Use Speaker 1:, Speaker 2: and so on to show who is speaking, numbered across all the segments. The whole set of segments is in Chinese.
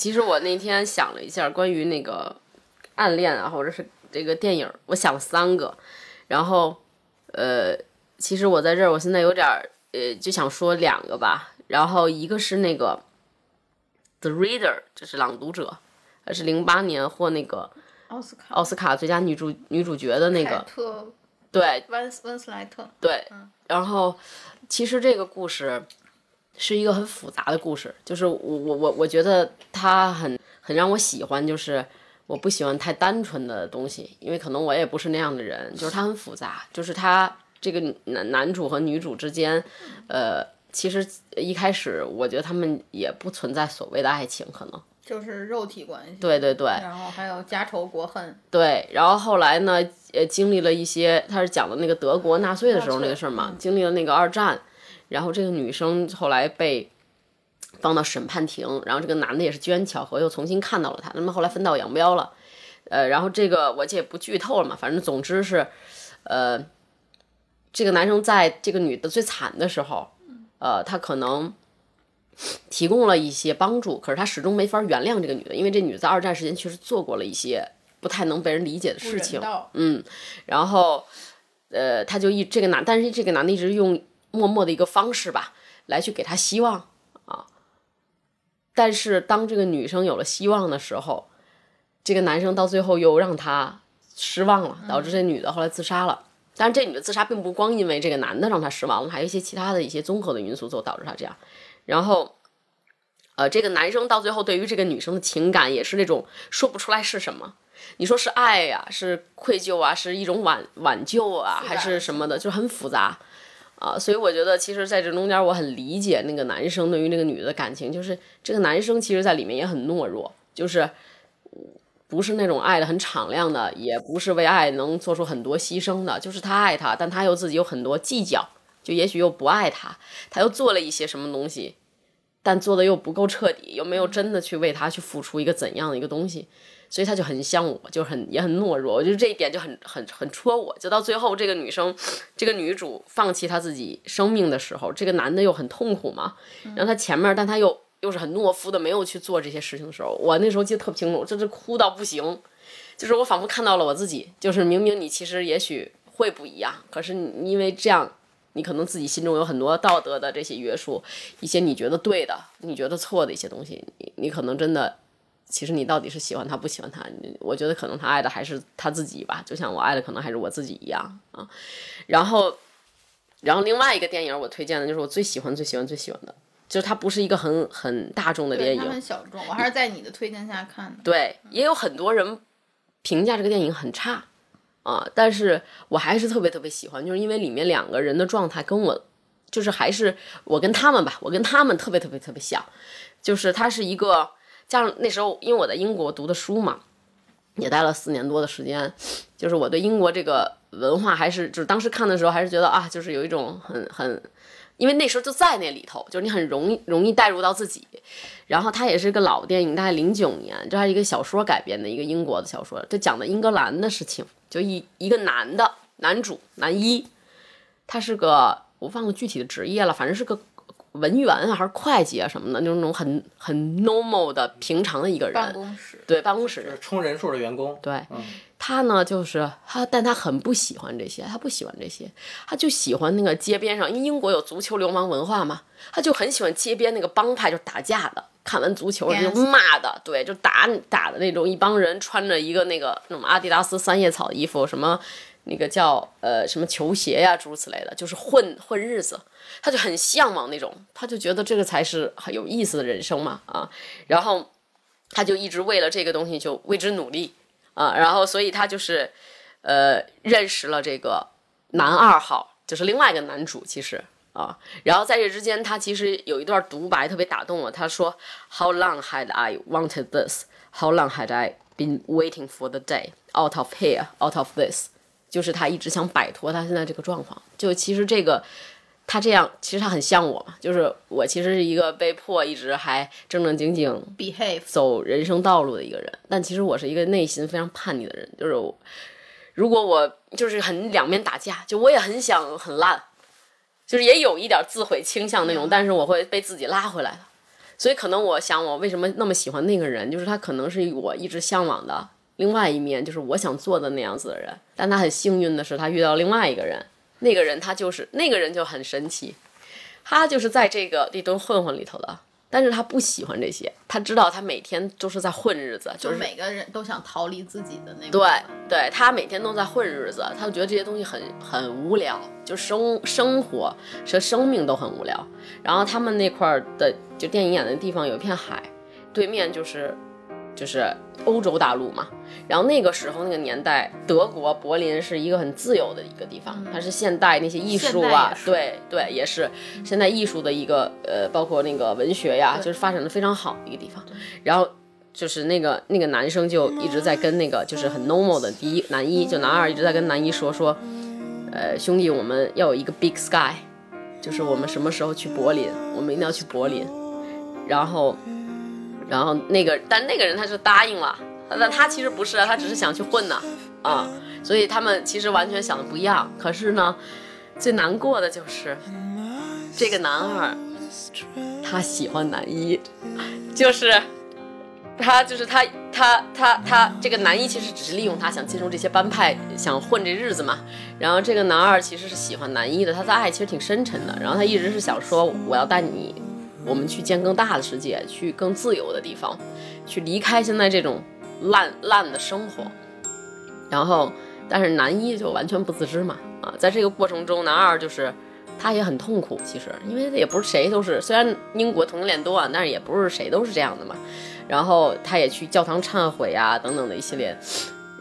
Speaker 1: 其实我那天想了一下关于那个暗恋啊，或者是这个电影儿，我想了三个，然后呃，其实我在这儿，我现在有点儿呃，就想说两个吧，然后一个是那个《The Reader》，就是《朗读者》，呃是零八年获那个
Speaker 2: 奥斯卡
Speaker 1: 奥斯卡最佳女主女主角哦的那
Speaker 2: 凯
Speaker 1: 个，
Speaker 2: 特
Speaker 1: 对
Speaker 2: 温斯温斯莱特，
Speaker 1: 对，然后其实这个故事是一个很复杂的故事，就是我我我我觉得它很很让我喜欢，就是我不喜欢太单纯的东西，因为可能我也不是那样的人，就是它很复杂，就是它这个男男主和女主之间，呃，其实一开始我觉得他们也不存在所谓的爱情，可能
Speaker 2: 就是肉体关系。
Speaker 1: 对对对，
Speaker 2: 然后还有家仇国恨，
Speaker 1: 对，然后后来呢，呃，经历了一些，他是讲的那个德国纳粹的时候那
Speaker 2: 纳粹
Speaker 1: 个事儿嘛，
Speaker 2: 嗯
Speaker 1: 经历了那个二战，然后这个女生后来被放到审判庭，然后这个男的也是机缘巧合又重新看到了她，那么后来分道扬镳了，呃，然后这个我这也不剧透了嘛，反正总之是，呃，这个男生在这个女的最惨的时候，呃，他可能。提供了一些帮助，可是他始终没法原谅这个女的，因为这女的在二战时间确实做过了一些不太能被人理解的
Speaker 2: 不
Speaker 1: 事情
Speaker 2: 人。道，
Speaker 1: 嗯，然后呃，他就一这个男，但是这个男的一直用默默的一个方式吧，来去给他希望啊。但是当这个女生有了希望的时候，这个男生到最后又让她失望了，导致这女的后来自杀了。但是这女的自杀并不光因为这个男的让她失望了，还有一些其他的一些综合的因素都导致她这样。然后，呃，这个男生到最后对于这个女生的情感也是那种说不出来是什么。你说是爱呀、是愧疚啊，是一种挽挽救啊，
Speaker 2: 复杂
Speaker 1: 还是什么的，就很复杂啊。所以我觉得，其实在这中间，我很理解那个男生对于那个女的感情，就是这个男生其实在里面也很懦弱，就是不是那种爱的很敞亮的，也不是为爱能做出很多牺牲的，就是他爱她，但他又自己有很多计较，就也许又不爱她，他又做了一些什么东西，但做的又不够彻底，又没有真的去为他去付出一个怎样的一个东西，所以他就很像我，就很也很懦弱，我觉得这一点就很很很戳我，就到最后这个女生，这个女主放弃她自己生命的时候，这个男的又很痛苦嘛，然后他前面但他又又是很懦夫的，没有去做这些事情的时候，我那时候记得特别清楚，就是哭到不行，就是我仿佛看到了我自己，就是明明你其实也许会不一样，可是你你因为这样，你可能自己心中有很多道德的这些约束，一些你觉得对的，你觉得错的一些东西，你你可能真的。其实你到底是喜欢他不喜欢他？你我觉得可能他爱的还是他自己吧，就像我爱的可能还是我自己一样啊。然后，然后另外一个电影我推荐的就是我最喜欢最喜欢最喜欢的，就是它不是一个很很大众的电
Speaker 2: 对
Speaker 1: 影
Speaker 2: 他，很小众。我还是在你的推荐下看的。
Speaker 1: 对，也有很多人评价这个电影很差啊，但是我还是特别特别喜欢，就是因为里面两个人的状态跟我，就是还是我跟他们吧，我跟他们特别特别特别像，就是他是一个加上那时候因为我在英国读的书嘛，也待了四年多的时间，就是我对英国这个文化还是就是当时看的时候还是觉得啊，就是有一种很很。因为那时候就在那里头，就是你很容易容易带入到自己，然后它也是个老电影，大概零九年，这还是一个小说改编的一个英国的小说，这讲的英格兰的事情，就一一个男的男主男一，他是个我忘了具体的职业了，反正是个文员啊还是会计啊什么的，就是那种很很 normal 的平常的一个
Speaker 2: 办
Speaker 1: 人，
Speaker 2: 公室
Speaker 1: 对办公室
Speaker 3: 就
Speaker 1: 人
Speaker 3: 是，充人数的员工，
Speaker 1: 对，他呢就是他，但他很不喜欢这些，他不喜欢这些，他就喜欢那个街边上，因为英国有足球流氓文化嘛，他就很喜欢街边那个帮派，就打架的。看完足球
Speaker 2: Yes
Speaker 1: 就骂的，对，就打打的那种，一帮人穿着一个那个那种阿迪达斯三叶草衣服，什么那个叫呃什么球鞋呀、诸如此类的，就是混混日子。他就很向往那种，他就觉得这个才是很有意思的人生嘛啊，然后他就一直为了这个东西就为之努力啊，然后所以他就是呃认识了这个男二号，就是另外一个男主其实啊，然后在这之间他其实有一段独白特别打动我，他说 How long had I wanted this? How long had I been waiting for the day out of here, out of this？就是他一直想摆脱他现在这个状况，就其实这个。他这样其实他很像我嘛，就是我其实是一个被迫一直还正正经经
Speaker 2: behave，
Speaker 1: 走人生道路的一个人，但其实我是一个内心非常叛逆的人，就是我如果我就是很两面打架，就我也很想很烂，就是也有一点自毁倾向那种，但是我会被自己拉回来的。所以可能我想，我为什么那么喜欢那个人，就是他可能是我一直向往的另外一面，就是我想做的那样子的人。但他很幸运的是，他遇到另外一个人，那个人他就是那个人就很神奇，他就是在这个这顿混混里头的，但是他不喜欢这些，他知道他每天都是在混日子，
Speaker 2: 就是每个人都想逃离自己的那个。
Speaker 1: 对对，他每天都在混日子，他就觉得这些东西很很无聊，就生生活和生命都很无聊。然后他们那块儿的就电影演的地方有一片海，对面就是就是欧洲大陆嘛。然后那个时候那个年代，德国柏林是一个很自由的一个地方，它是现代那些艺术
Speaker 2: 现代
Speaker 1: 啊
Speaker 2: 艺，术
Speaker 1: 对对，也是现代艺术的一个呃，包括那个文学呀，就是发展的非常好的一个地方。然后就是那个那个男生就一直在跟那个就是很 normal 的第一男一，就男二一直在跟男一说说，呃，兄弟，我们要有一个 big sky，就是我们什么时候去柏林，我们一定要去柏林。然后，然后那个，但那个人他是答应了，但他其实不是啊，他只是想去混呢，啊，所以他们其实完全想的不一样。可是呢，最难过的就是这个男二，他喜欢男一，就是他就是他他他他这个男一其实只是利用他想进入这些帮派，想混这日子嘛。然后这个男二其实是喜欢男一的，他的爱其实挺深沉的。然后他一直是想说，我要带你，我们去见更大的世界，去更自由的地方，去离开现在这种烂烂的生活。然后，但是男一就完全不自知嘛，啊，在这个过程中，男二就是他也很痛苦，其实因为也不是谁都是，虽然英国同性恋多啊，但是也不是谁都是这样的嘛。然后他也去教堂忏悔啊，等等的一系列。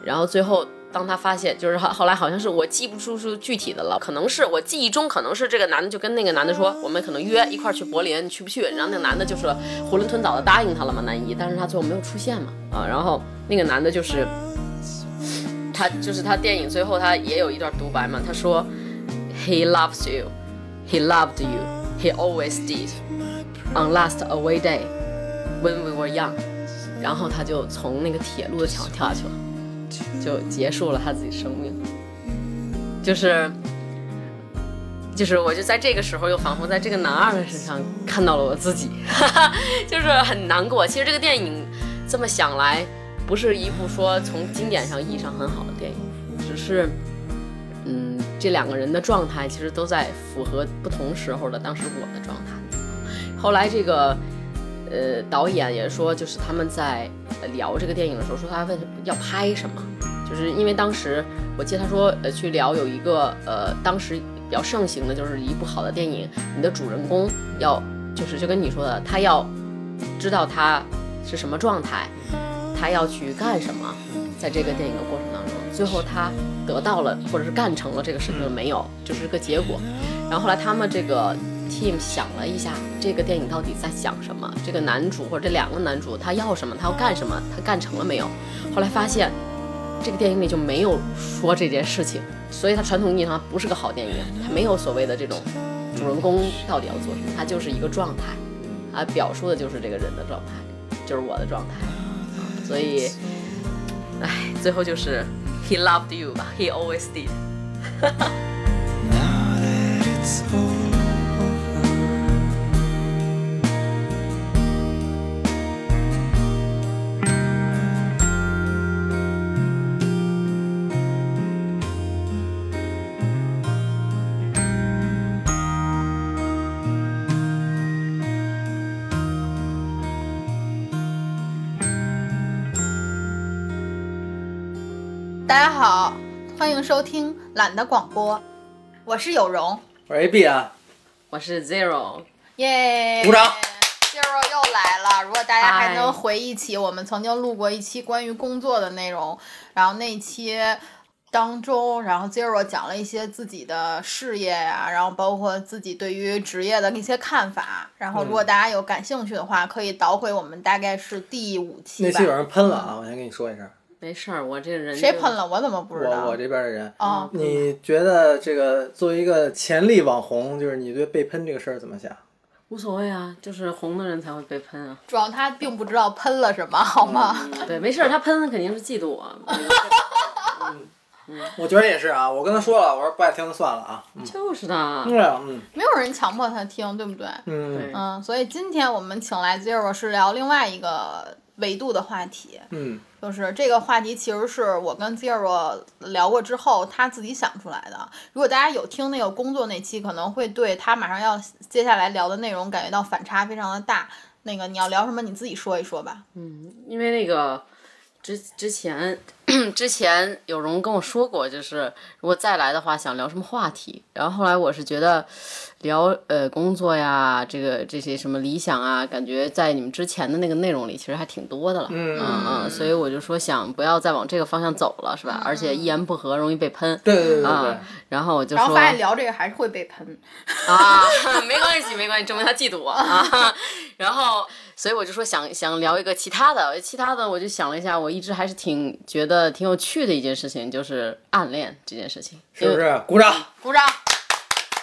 Speaker 1: 然后最后，当他发现，就是后后来好像是我记不出是具体的了，可能是我记忆中可能是这个男的就跟那个男的说，我们可能约一块儿去柏林，你去不去？然后那个男的就是囫囵吞枣的答应他了嘛，男一，但是他最后没有出现嘛，啊，然后那个男的就是他，就是他电影最后他也有一段独白嘛，他说，He loves you, he loved you, he always did. On last away day, when we were young，然后他就从那个铁路的桥跳下去了，就结束了他自己生命。就是，就是，我就在这个时候又仿佛在这个男二的身上看到了我自己，哈哈，就是很难过。其实这个电影这么想来，不是一部说从经典上意义上很好的电影，只是，嗯，这两个人的状态其实都在符合不同时候的当时我的状态。后来这个呃，导演也说，就是他们在呃聊这个电影的时候，说他问要拍什么，就是因为当时我记得他说，呃，去聊有一个呃，当时比较盛行的就是一部好的电影，你的主人公要就是就跟你说的，他要知道他是什么状态，他要去干什么，在这个电影的过程当中，最后他得到了或者是干成了这个事情了没有，就是个结果。然后后来他们这个 team 想了一下，这个电影到底在想什么？这个男主或者这两个男主他要什么？他要干什么？他干成了没有？后来发现，这个电影里就没有说这件事情，所以它传统意义上它不是个好电影，它没有所谓的这种主人公到底要做什么，它就是一个状态，它表述的就是这个人的状态，就是我的状态。啊所以，唉，最后就是 He loved you 吧，He always did。
Speaker 3: Now that it's over,
Speaker 2: 大家好，欢迎收听懒得广播，我是有容，
Speaker 4: 我说 AB 啊，
Speaker 1: 我是 Zero，
Speaker 2: 耶！
Speaker 4: 鼓掌哎
Speaker 2: Zero 又来了，如果大家还
Speaker 1: 嗨
Speaker 2: 能回忆起我们曾经录过一期关于工作的内容，然后那一期当中，然后 Zero 讲了一些自己的事业呀、然后包括自己对于职业的一些看法。然
Speaker 4: 嗯
Speaker 2: 后如果大家有感兴趣的话，可以倒回我们大概是第五期
Speaker 4: 那
Speaker 2: 吧
Speaker 4: 期。有人喷了啊，我先跟你说一声，
Speaker 1: 没事儿，我这人
Speaker 2: 谁
Speaker 1: 就
Speaker 2: 喷了？我怎么不知道？
Speaker 4: 我我这边的人，
Speaker 2: 哦，
Speaker 4: 你觉得这个作为一个潜力网红，就是你对被喷这个事儿怎么想？
Speaker 1: 无所谓啊，就是红的人才会被喷啊。
Speaker 2: 主要他并不知
Speaker 4: 嗯
Speaker 2: 道喷了什么，好吗？
Speaker 1: 对，没事儿，他喷肯定是嫉妒我。
Speaker 4: 我觉得也是啊，我跟他说了，我说不爱听就算了啊。嗯，
Speaker 1: 就是 的，
Speaker 4: 对啊，嗯
Speaker 2: 没有人强迫他听，对不对？
Speaker 4: 嗯
Speaker 1: 对
Speaker 2: 嗯，所以今天我们请来 Zero 是聊另外一个维度的话题，
Speaker 4: 嗯
Speaker 2: 就是这个话题其实是我跟 Zero 聊过之后他自己想出来的。如果大家有听那个工作那期，可能会对他马上要接下来聊的内容感觉到反差非常的大。那个你要聊什么，你自己说一说吧。
Speaker 1: 因为那个之之前 之前有容跟我说过，就是如果再来的话，想聊什么话题。然后后来我是觉得聊呃工作呀，这个这些什么理想啊，感觉在你们之前的那个内容里其实还挺多的了。嗯嗯所以我就说想不要再往这个方向走了，是吧？而且一言不合容易被喷。
Speaker 4: 嗯对对对对对
Speaker 1: 啊，然后我就
Speaker 2: 然后
Speaker 1: 说
Speaker 2: 发现聊这个还是会被喷，
Speaker 1: 啊，没关系，没关系，证明他嫉妒我啊。 然后，所以我就说想想聊一个其他的，其他的我就想了一下，我一直还是挺觉得挺有趣的一件事情，就是暗恋这件事情，
Speaker 4: 是不
Speaker 1: 因为？
Speaker 4: 是？鼓掌。
Speaker 2: 鼓掌。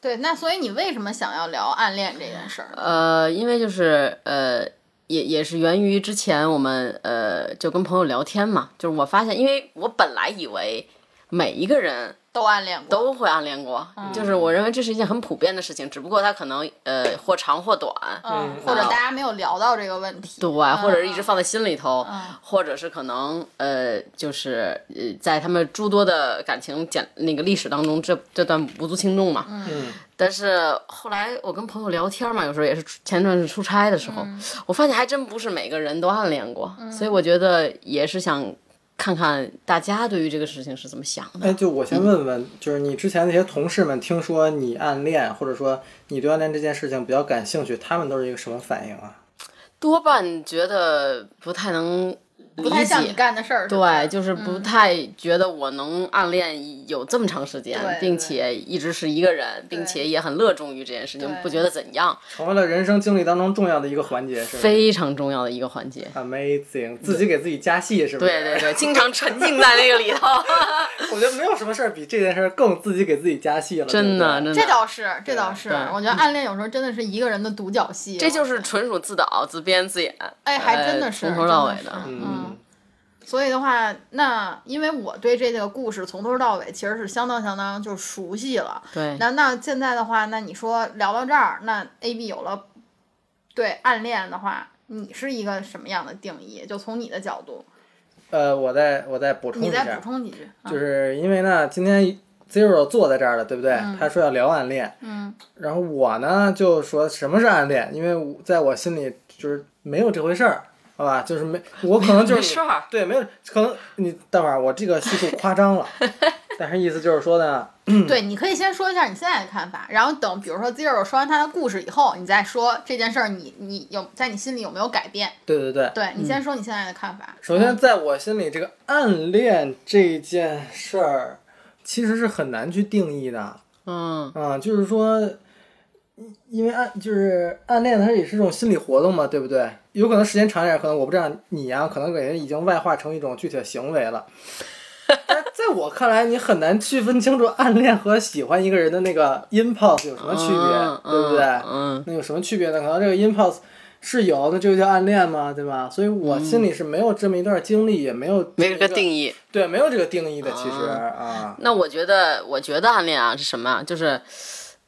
Speaker 2: 对，那所以你为什么想要聊暗恋这件事儿？
Speaker 1: 呃，因为就是呃，也也是源于之前我们呃就跟朋友聊天嘛，就是我发现，因为我本来以为每一个人
Speaker 2: 都暗恋过，
Speaker 1: 都会暗恋过，就是我认为这是一件很普遍的事情，只不过它可能呃或长或短，
Speaker 2: 嗯
Speaker 4: 嗯，
Speaker 2: 或者大家没有聊到这个问题。
Speaker 1: 对，啊或者是一直放在心里头，
Speaker 2: 嗯
Speaker 1: 或者是可能呃，就是呃，在他们诸多的感情简那个历史当中，这这段无足轻重嘛。
Speaker 4: 嗯
Speaker 1: 但是后来我跟朋友聊天嘛，有时候也是出前段是出差的时候，
Speaker 2: 嗯
Speaker 1: 我发现还真不是每个人都暗恋过，所以我觉得也是想看看大家对于这个事情是怎么想的。
Speaker 4: 哎，就我先问问，就是你之前那些同事们，听说你暗恋，或者说你对暗恋这件事情比较感兴趣，他们都是一个什么反应啊？
Speaker 1: 多半觉得不太能理解，
Speaker 2: 不太像你干的事儿。是吧
Speaker 1: 对，就是
Speaker 2: 嗯
Speaker 1: 不太觉得我能暗恋有这么长时间，
Speaker 2: 对
Speaker 1: 并
Speaker 2: 对
Speaker 1: 且一直是一个人，并且也很热衷于这件事情，
Speaker 2: 对
Speaker 1: 不觉得怎样，
Speaker 4: 成为了人生经历当中重要的一个环节，是吧
Speaker 1: 非常重要的一个环节。
Speaker 4: ？Amazing，自己给自己加戏，是不是？
Speaker 1: 对对对，经常沉浸在那个里头，
Speaker 4: 我觉得没有什么事儿比这件事儿更自己给自己加戏了，
Speaker 1: 真的
Speaker 4: 对
Speaker 1: 真
Speaker 2: 这
Speaker 1: 的，
Speaker 2: 倒是，这倒是
Speaker 1: 对，
Speaker 2: 我觉得暗恋有时候真的是一个人的独角戏。
Speaker 1: 这就是纯属自导自编自演，
Speaker 2: 哎，还真
Speaker 1: 呃
Speaker 2: 的是
Speaker 1: 从头到尾
Speaker 2: 真
Speaker 1: 的
Speaker 2: 的是
Speaker 4: 不对
Speaker 2: 嗯，所以的话，那因为我对这个故事从头到尾其实是相当相当就是熟悉了。
Speaker 1: 对。
Speaker 2: 那那现在的话，那你说聊到这儿，那 A B 有了对暗恋的话，你是一个什么样的定义？就从你的角度，
Speaker 4: 呃，我再我再补充
Speaker 2: 你
Speaker 4: 一
Speaker 2: 再
Speaker 4: 下
Speaker 2: 补，充几句。啊
Speaker 4: 就是因为呢，今天 Zero 坐在这儿了，对不对？他说要聊暗恋，
Speaker 2: 嗯，
Speaker 4: 然后我呢就说什么是暗恋，因为我在我心里就是没有这回事儿，好吧？就是没，我可能就是
Speaker 1: 没
Speaker 4: 你
Speaker 1: 事儿，
Speaker 4: 对，没有，可能你等会儿我这个叙述夸 张了，但是意思就是说呢，
Speaker 2: 对，你可以先说一下你现在的看法，然后等比如说 Zero 说完他的故事以后，你再说这件事儿，你你有在你心里有没有改变？
Speaker 4: 对对对，
Speaker 2: 对你先说你现在的看法。
Speaker 4: 首先，在我心里，这个暗恋这件事儿其实是很难去定义的啊、
Speaker 1: 嗯，
Speaker 4: 就是说，因因为暗就是暗恋，它也是一种心理活动嘛，对不对？有可能时间长一点，可能我不知道你呀、可能给人已经外化成一种具体的行为了。但在我看来，你很难区分清楚暗恋和喜欢一个人的那个 impulse 有什么区
Speaker 1: 嗯
Speaker 4: 别，对不对？
Speaker 1: 嗯，
Speaker 4: 那有什么区别呢？可能这个 impulse 是有，那这就叫暗恋嘛，对吧？所以我心里是没有这么一段经历，也没有
Speaker 1: 嗯没有
Speaker 4: 这
Speaker 1: 个
Speaker 4: 个
Speaker 1: 定义。
Speaker 4: 对，没有这个定义的，其实啊，
Speaker 1: 那我觉得，我觉得暗恋啊是什么啊？就是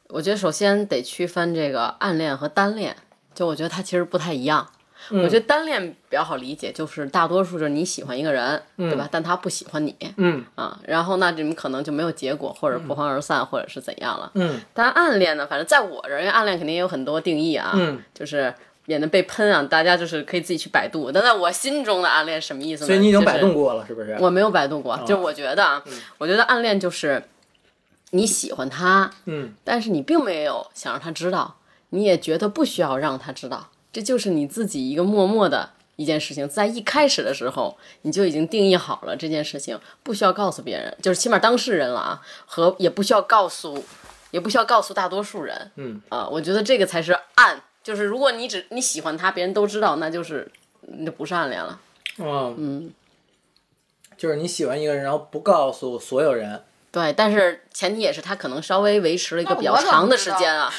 Speaker 1: 我觉得首先得区分这个暗恋和单恋，就我觉得它其实不太一样。我
Speaker 4: 嗯
Speaker 1: 觉得单恋比较好理解，就是大多数就是你喜欢一个人，对吧？但他不喜欢你
Speaker 4: 嗯
Speaker 1: 啊，然后那你们可能就没有结果，或者不欢而散，或者是怎样了。
Speaker 4: 嗯
Speaker 1: 但暗恋呢，反正在我这儿，因为暗恋肯定也有很多定义啊，
Speaker 4: 嗯，
Speaker 1: 就是免得被喷啊，大家就是可以自己去百度。但在我心中的暗恋是什么意思呢？
Speaker 4: 所以你已经
Speaker 1: 就
Speaker 4: 摆
Speaker 1: 是
Speaker 4: 动过了，是不是？
Speaker 1: 我没有百度过，就是我觉得啊，我觉得暗恋就是你喜欢他，
Speaker 4: 嗯，
Speaker 1: 但是你并没有想让他知道，你也觉得不需要让他知道，这就是你自己一个默默的一件事情，在一开始的时候你就已经定义好了这件事情，不需要告诉别人，就是起码当事人了啊，和也不需要告诉，也不需要告诉大多数人，
Speaker 4: 嗯
Speaker 1: 啊、我觉得这个才是暗，就是如果你只你喜欢他，别人都知道，那就是那不是暗恋了。
Speaker 4: 嗯嗯，就是你喜欢一个人，然后不告诉所有人，
Speaker 1: 对，但是前提也是他可能稍微维持了一个
Speaker 2: 那
Speaker 1: 比较
Speaker 2: 我怎么
Speaker 1: 长的
Speaker 2: 知
Speaker 1: 时
Speaker 2: 道
Speaker 1: 间啊。啊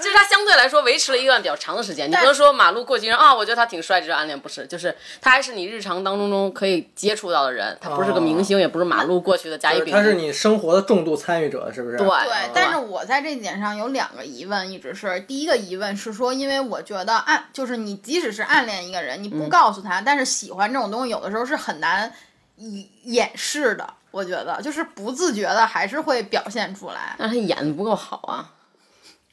Speaker 1: 就是他相对来说维持了一段比较长的时间。你不能说马路过街人啊，我觉得他挺帅，这是暗恋，不是，就是他还是你日常当中中可以接触到的人，他不是个明
Speaker 2: 哦
Speaker 1: 星，也不是马路过去的甲乙丙
Speaker 4: 他是
Speaker 1: 丁。
Speaker 4: 你生活的重度参与者，是不是？
Speaker 1: 对
Speaker 2: 对，呃但是我在这点上有两个疑问，一直是第一个疑问是说，因为我觉得暗就是你即使是暗恋一个人，你不告诉他，但是喜欢这种东西有的时候是很难以掩饰的，我觉得就是不自觉的还是会表现出来。
Speaker 1: 但是他演的不够好啊。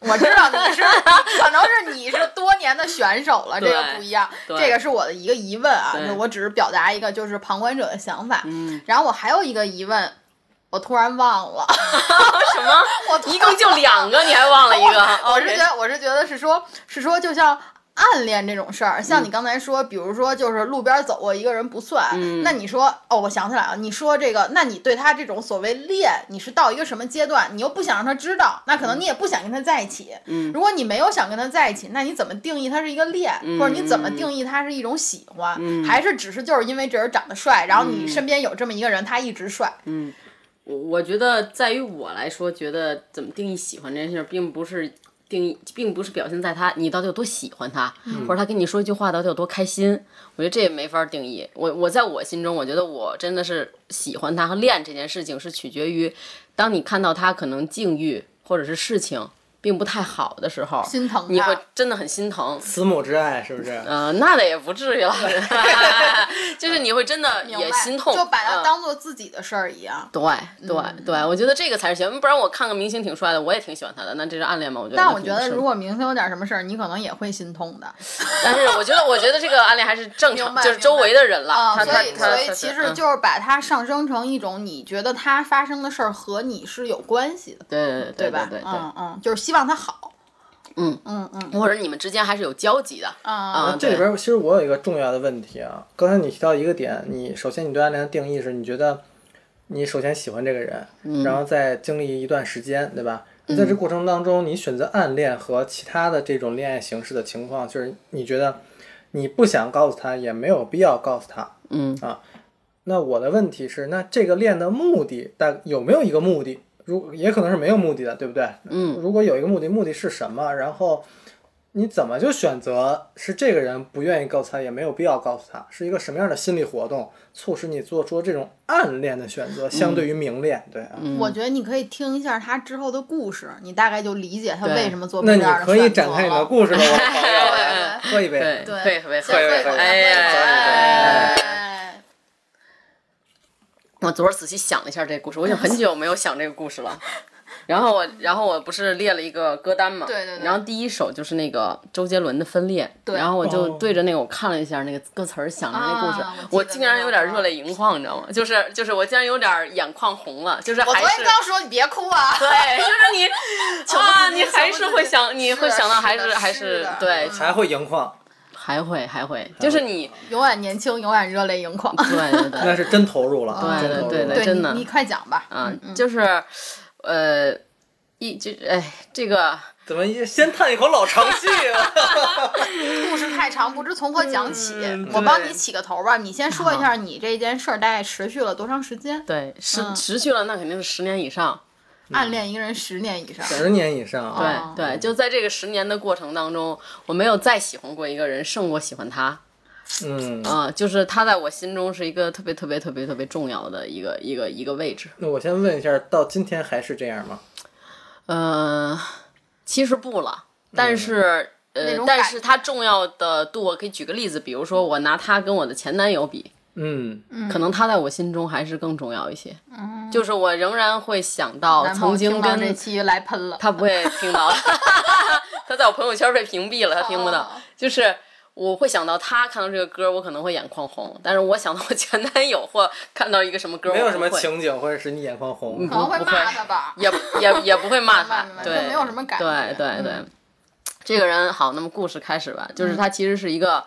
Speaker 2: 我知道 你是，可能是你是多年的选手了，这个
Speaker 1: 对
Speaker 2: 不一样。
Speaker 1: 对
Speaker 2: 这个是我的一个疑问啊，
Speaker 1: 对
Speaker 2: 就我只是表达一个就是旁观者的想法。
Speaker 1: 嗯，
Speaker 2: 然后我还有一个疑问，我突然忘了，
Speaker 1: 什么？
Speaker 2: 我突 然
Speaker 1: 一共就两个，你还忘 了一个？
Speaker 2: 哦我是觉
Speaker 1: OK
Speaker 2: 得，我是觉得是说，是说，就像暗恋这种事儿，像你
Speaker 1: 嗯
Speaker 2: 刚才说，比如说就是路边走过一个人不算，
Speaker 1: 嗯
Speaker 2: 那你说哦，我想起来了，你说这个，那你对他这种所谓恋，你是到一个什么阶段？你又不想让他知道，那可能你也不想跟他在一起。
Speaker 1: 嗯
Speaker 2: 如果你没有想跟他在一起，那你怎么定义他是一个恋，
Speaker 1: 嗯
Speaker 2: 或者你怎么定义他是一种喜欢，还是只是就是因为这人长得帅，然后
Speaker 1: 嗯
Speaker 2: 你身边有这么一个人，他一直帅？
Speaker 1: 我我觉得在于我来说，觉得怎么定义喜欢这件事儿，并不是定义，并不是表现在他你到底有多喜欢他，
Speaker 2: 嗯
Speaker 1: 或者他跟你说一句话到底有多开心。我觉得这也没法儿定义。我我在我心中，我觉得我真的是喜欢他和恋这件事情是取决于，当你看到他可能境遇或者是事情并不太好的时候，
Speaker 2: 心疼
Speaker 1: 你
Speaker 2: 他
Speaker 1: 会真的很心疼。
Speaker 4: 慈母之爱，是不是？
Speaker 1: 呃，那倒也不至于了， 就是你会真的
Speaker 2: 明白
Speaker 1: 也心痛，
Speaker 2: 就把
Speaker 1: 嗯
Speaker 2: 他当做自己的事儿一样。
Speaker 1: 对对
Speaker 2: 嗯
Speaker 1: 对，我觉得这个才是喜欢，不然我看个明星挺帅的，我也挺喜欢他的，那这是暗恋吗？我觉得。
Speaker 2: 但我觉得，如，果明星有点什么事儿，你可能也会心痛的
Speaker 1: 但是我觉得，我觉得这个暗恋还是正常
Speaker 2: 明，白
Speaker 1: 就是周围的人了。他
Speaker 2: 啊所
Speaker 1: 他
Speaker 2: 以，
Speaker 1: 他
Speaker 2: 所以
Speaker 1: 他
Speaker 2: 其
Speaker 1: 是
Speaker 2: 实
Speaker 1: 嗯
Speaker 2: 就是把它上升成一种你觉得它发生的事儿和你是有关系的，
Speaker 1: 对对对
Speaker 2: 吧？
Speaker 1: 对对，
Speaker 2: 嗯嗯，就是希望他好。
Speaker 1: 嗯
Speaker 2: 嗯嗯
Speaker 1: 或者你们之间还是有交集的。
Speaker 2: 啊
Speaker 1: 啊
Speaker 4: 这里边儿其实我有一个重要的问题啊，刚才你提到一个点，你首先你对暗恋的定义是你觉得你首先喜欢这个人，然后再经历一段时间，对吧？在这过程当中，你选择暗恋和其他的这种恋爱形式的情况，就是你觉得你不想告诉他，也没有必要告诉他，
Speaker 1: 嗯
Speaker 4: 啊。那我的问题是，那这个练的目的，但有没有一个目的？如也可能是没有目的的，对不对？
Speaker 1: 嗯。
Speaker 4: 如果有一个目的，目的是什么？然后你怎么就选择是这个人不愿意告诉他，也没有必要告诉他，是一个什么样的心理活动促使你做出这种暗恋的选择，相对于明恋？对啊。
Speaker 1: 嗯
Speaker 2: 我觉得你可以听一下他之后的故事，你大概就理解他为什么做出
Speaker 4: 那
Speaker 2: 这
Speaker 4: 你
Speaker 2: 样的
Speaker 4: 可以
Speaker 2: 选择
Speaker 4: 展开你的
Speaker 2: 了。
Speaker 4: 故事了，我的朋
Speaker 2: 对
Speaker 4: 友。
Speaker 2: 对
Speaker 4: 喝一杯
Speaker 1: 对。
Speaker 2: 对
Speaker 1: 嗯会会
Speaker 2: 先喝
Speaker 1: 会
Speaker 2: 一口
Speaker 1: 会，哎
Speaker 2: 再喝一口
Speaker 1: 哎
Speaker 4: 哎。
Speaker 2: 哎
Speaker 1: 我昨儿仔细想了一下这故事，我已经很久没有想这个故事了。然后我，然后我不是列了一个歌单嘛？
Speaker 2: 对对对
Speaker 1: 然后第一首就是那个周杰伦的《分裂》，
Speaker 2: 对
Speaker 1: 然后我就
Speaker 4: 哦
Speaker 1: 对着那个我看了一下那个歌词儿，想着那故事，
Speaker 2: 啊
Speaker 1: 我
Speaker 2: 我记得
Speaker 1: 竟然有点
Speaker 2: 那首歌
Speaker 1: 热泪盈眶，你知道吗？就是就是我竟然有点眼眶红了，就是
Speaker 2: 我
Speaker 1: 还
Speaker 2: 昨
Speaker 1: 是
Speaker 2: 天刚说你别哭啊。
Speaker 1: 对，就是你啊，你还是会想，你
Speaker 2: 是的
Speaker 1: 会想到还
Speaker 2: 是的
Speaker 1: 还
Speaker 2: 是
Speaker 1: 是
Speaker 2: 的
Speaker 1: 对，
Speaker 2: 嗯
Speaker 4: 才哎会盈眶，
Speaker 1: 还会还会，就是你
Speaker 2: 永远年轻，永远热泪盈 眶。
Speaker 1: 对对对，
Speaker 4: 那是真投入了啊，
Speaker 1: 对
Speaker 4: 真
Speaker 1: 对
Speaker 4: 投入
Speaker 1: 对
Speaker 4: 了
Speaker 1: 对真的
Speaker 2: 你你快讲吧。
Speaker 1: 嗯，就是呃，一就哎这个。
Speaker 4: 怎么一先叹一口老长气 啊？
Speaker 2: 故事太长，不知从何讲起
Speaker 4: 嗯。
Speaker 2: 我帮
Speaker 1: 嗯
Speaker 2: 你
Speaker 1: 对
Speaker 2: 起个头吧，你先说一下你这件事儿大概持续了多长时间？
Speaker 1: 对，持
Speaker 2: 嗯
Speaker 1: 持续了，那肯定是十年以上。嗯
Speaker 2: 暗恋一个人十年以上，
Speaker 4: 十年以上啊，
Speaker 1: 对、
Speaker 2: 哦
Speaker 1: 对，就在这个十年的过程当中，我没有再喜欢过一个人胜过喜欢他。
Speaker 4: 嗯，
Speaker 1: 啊、就是他在我心中是一个特别特别特别特别重要的一个一个一个位置。
Speaker 4: 那我先问一下，到今天还是这样吗？
Speaker 1: 呃，其实不了，但是、
Speaker 2: 嗯那
Speaker 1: 呃，
Speaker 2: 种
Speaker 1: 但
Speaker 2: 感
Speaker 1: 是他重要的度，我可以举个例子，比如说我拿他跟我的前男友比，
Speaker 4: 嗯，
Speaker 1: 可能他在我心中还是更重要一些。就是我仍然会想到
Speaker 2: 男朋
Speaker 1: 曾
Speaker 2: 友
Speaker 1: 经
Speaker 2: 嗯听到
Speaker 1: 跟
Speaker 2: 这期来喷了。
Speaker 1: 他不会听到， 他在我朋友圈被屏蔽了，他听不到
Speaker 2: 哦。
Speaker 1: 就是我会想到他看到这个歌，我可能会眼眶红；但是我想到我前男友或看到一个什么歌，
Speaker 4: 没有什么
Speaker 1: 我不会，嗯
Speaker 4: 情景或者使你眼眶红
Speaker 2: 可。能会骂他吧，
Speaker 1: 也也也不会骂
Speaker 2: 骂
Speaker 1: 他
Speaker 2: 他骂，他
Speaker 1: 对，
Speaker 2: 就 没有什么感觉嗯
Speaker 1: 对对对，这个人好，那么故事开始吧，就是他其实是一个。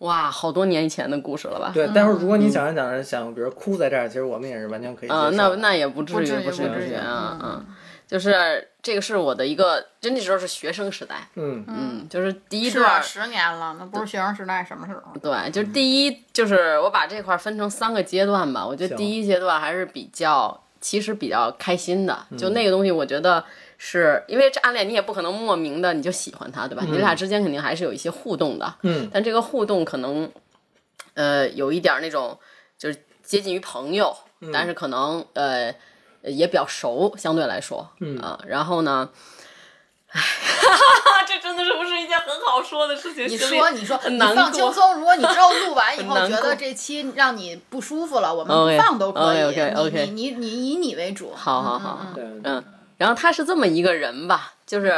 Speaker 1: 哇，好多年以前的故事了吧？
Speaker 4: 对，但是如果你想着想着想，比如哭在这儿，其实我们也是完全可以接受
Speaker 1: 啊、
Speaker 4: 的。
Speaker 1: 那那也不至于，
Speaker 2: 不至于
Speaker 1: 不至于，
Speaker 2: 不
Speaker 1: 不
Speaker 2: 至于
Speaker 1: 啊，嗯，就是这个是我的一个，真那时候是学生时代，
Speaker 4: 嗯，
Speaker 1: 嗯，就是第一
Speaker 2: 是啊
Speaker 1: 段
Speaker 2: 十年了，那不是学生时代什么时候？
Speaker 1: 对，就是第一，就是我把这块儿分成三个阶段吧。我觉得
Speaker 4: 行
Speaker 1: 嗯第一阶段还是比较，其实比较开心的，就那个东西，我觉得是因为这暗恋你也不可能莫名的你就喜欢他，对吧？你俩之间肯定还是有一些互动的，
Speaker 4: 嗯，
Speaker 1: 但这个互动可能，呃，有一点儿那种就是接近于朋友，但是可能呃也比较熟，相对来说，
Speaker 4: 嗯
Speaker 1: 啊、然后呢， 哎，这真的是不是一件很好说的事情？
Speaker 2: 你
Speaker 1: 心里
Speaker 2: 说，你说，
Speaker 1: 很
Speaker 2: 你
Speaker 1: 难
Speaker 2: 放轻
Speaker 1: 过。
Speaker 2: 松。如果你之后录 完以后
Speaker 1: 很难
Speaker 2: 觉
Speaker 1: 过
Speaker 2: 得这期让你不舒服了，我们
Speaker 1: OK，
Speaker 2: 不放都可以。
Speaker 1: OK，OK，OK
Speaker 2: 你你你你以你为主。
Speaker 1: 好好好，
Speaker 4: 对，
Speaker 1: 嗯，然后他是这么一个人吧，就是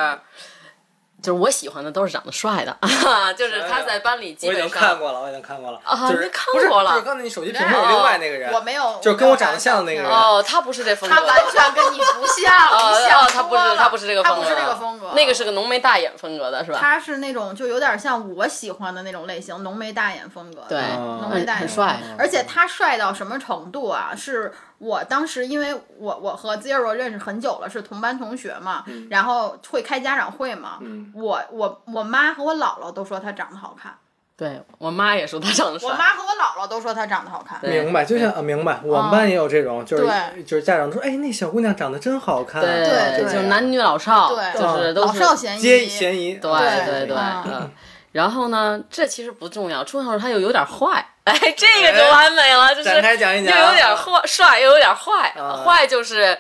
Speaker 1: 就是我喜欢的都是长得帅的， 就是他在班里基
Speaker 4: 我已经
Speaker 1: 本
Speaker 4: 看
Speaker 1: 上
Speaker 4: 过了，我已经看过了
Speaker 1: 啊
Speaker 4: 就是
Speaker 1: 你看
Speaker 4: 不是
Speaker 1: 过了
Speaker 4: 就是刚才你手机屏幕有另外那个人，
Speaker 2: 我没有，
Speaker 4: 就是跟我长得像的那个人
Speaker 1: 哦，他不是这风格
Speaker 2: 他
Speaker 1: 的。
Speaker 2: 完全跟你不
Speaker 1: 哦
Speaker 2: 像，你
Speaker 1: 哦
Speaker 2: 想，
Speaker 1: 他不是
Speaker 2: 多了
Speaker 1: 他不是这个
Speaker 2: 他
Speaker 1: 风格
Speaker 2: 不
Speaker 1: 的，
Speaker 2: 是这个风格，
Speaker 1: 那个是个浓眉大眼风格的是吧？
Speaker 2: 他是那种就有点像我喜欢的那种类型，浓眉大眼风格的。
Speaker 1: 对，
Speaker 4: 哦
Speaker 2: 浓
Speaker 1: 很
Speaker 2: 眉大眼
Speaker 1: 很帅。
Speaker 2: 而且他帅到什么程度啊？是我当时因为我我和 Zero 认识很久了，是同班同学嘛，
Speaker 1: 嗯
Speaker 2: 然后会开家长会嘛。
Speaker 4: 嗯
Speaker 2: 我我我妈和我姥姥都说他长得好看，
Speaker 1: 对我妈也说他长得
Speaker 2: 我
Speaker 1: 帅，
Speaker 2: 妈和我姥姥都说他长得好看。
Speaker 1: 对哦
Speaker 4: 明白，就像啊，明白，我们班也有这种，就是
Speaker 2: 对
Speaker 4: 就是家长说，哎，那小姑娘长得真好看，啊
Speaker 2: 对
Speaker 4: 就
Speaker 1: 对，
Speaker 4: 是
Speaker 1: 就男女老少，
Speaker 2: 对
Speaker 1: 就是都
Speaker 2: 老
Speaker 1: 是
Speaker 2: 少咸
Speaker 4: 皆
Speaker 2: 宜，
Speaker 4: 嫌疑，
Speaker 1: 对
Speaker 2: 对
Speaker 1: 对对，
Speaker 2: 嗯
Speaker 1: 嗯。然后呢，这其实不重要，重要是他又有点坏， 哎，这个就完美了，就是
Speaker 4: 展开讲一
Speaker 1: 又
Speaker 4: 讲，
Speaker 1: 有点坏，帅又有点坏，
Speaker 4: 啊
Speaker 1: 坏就是，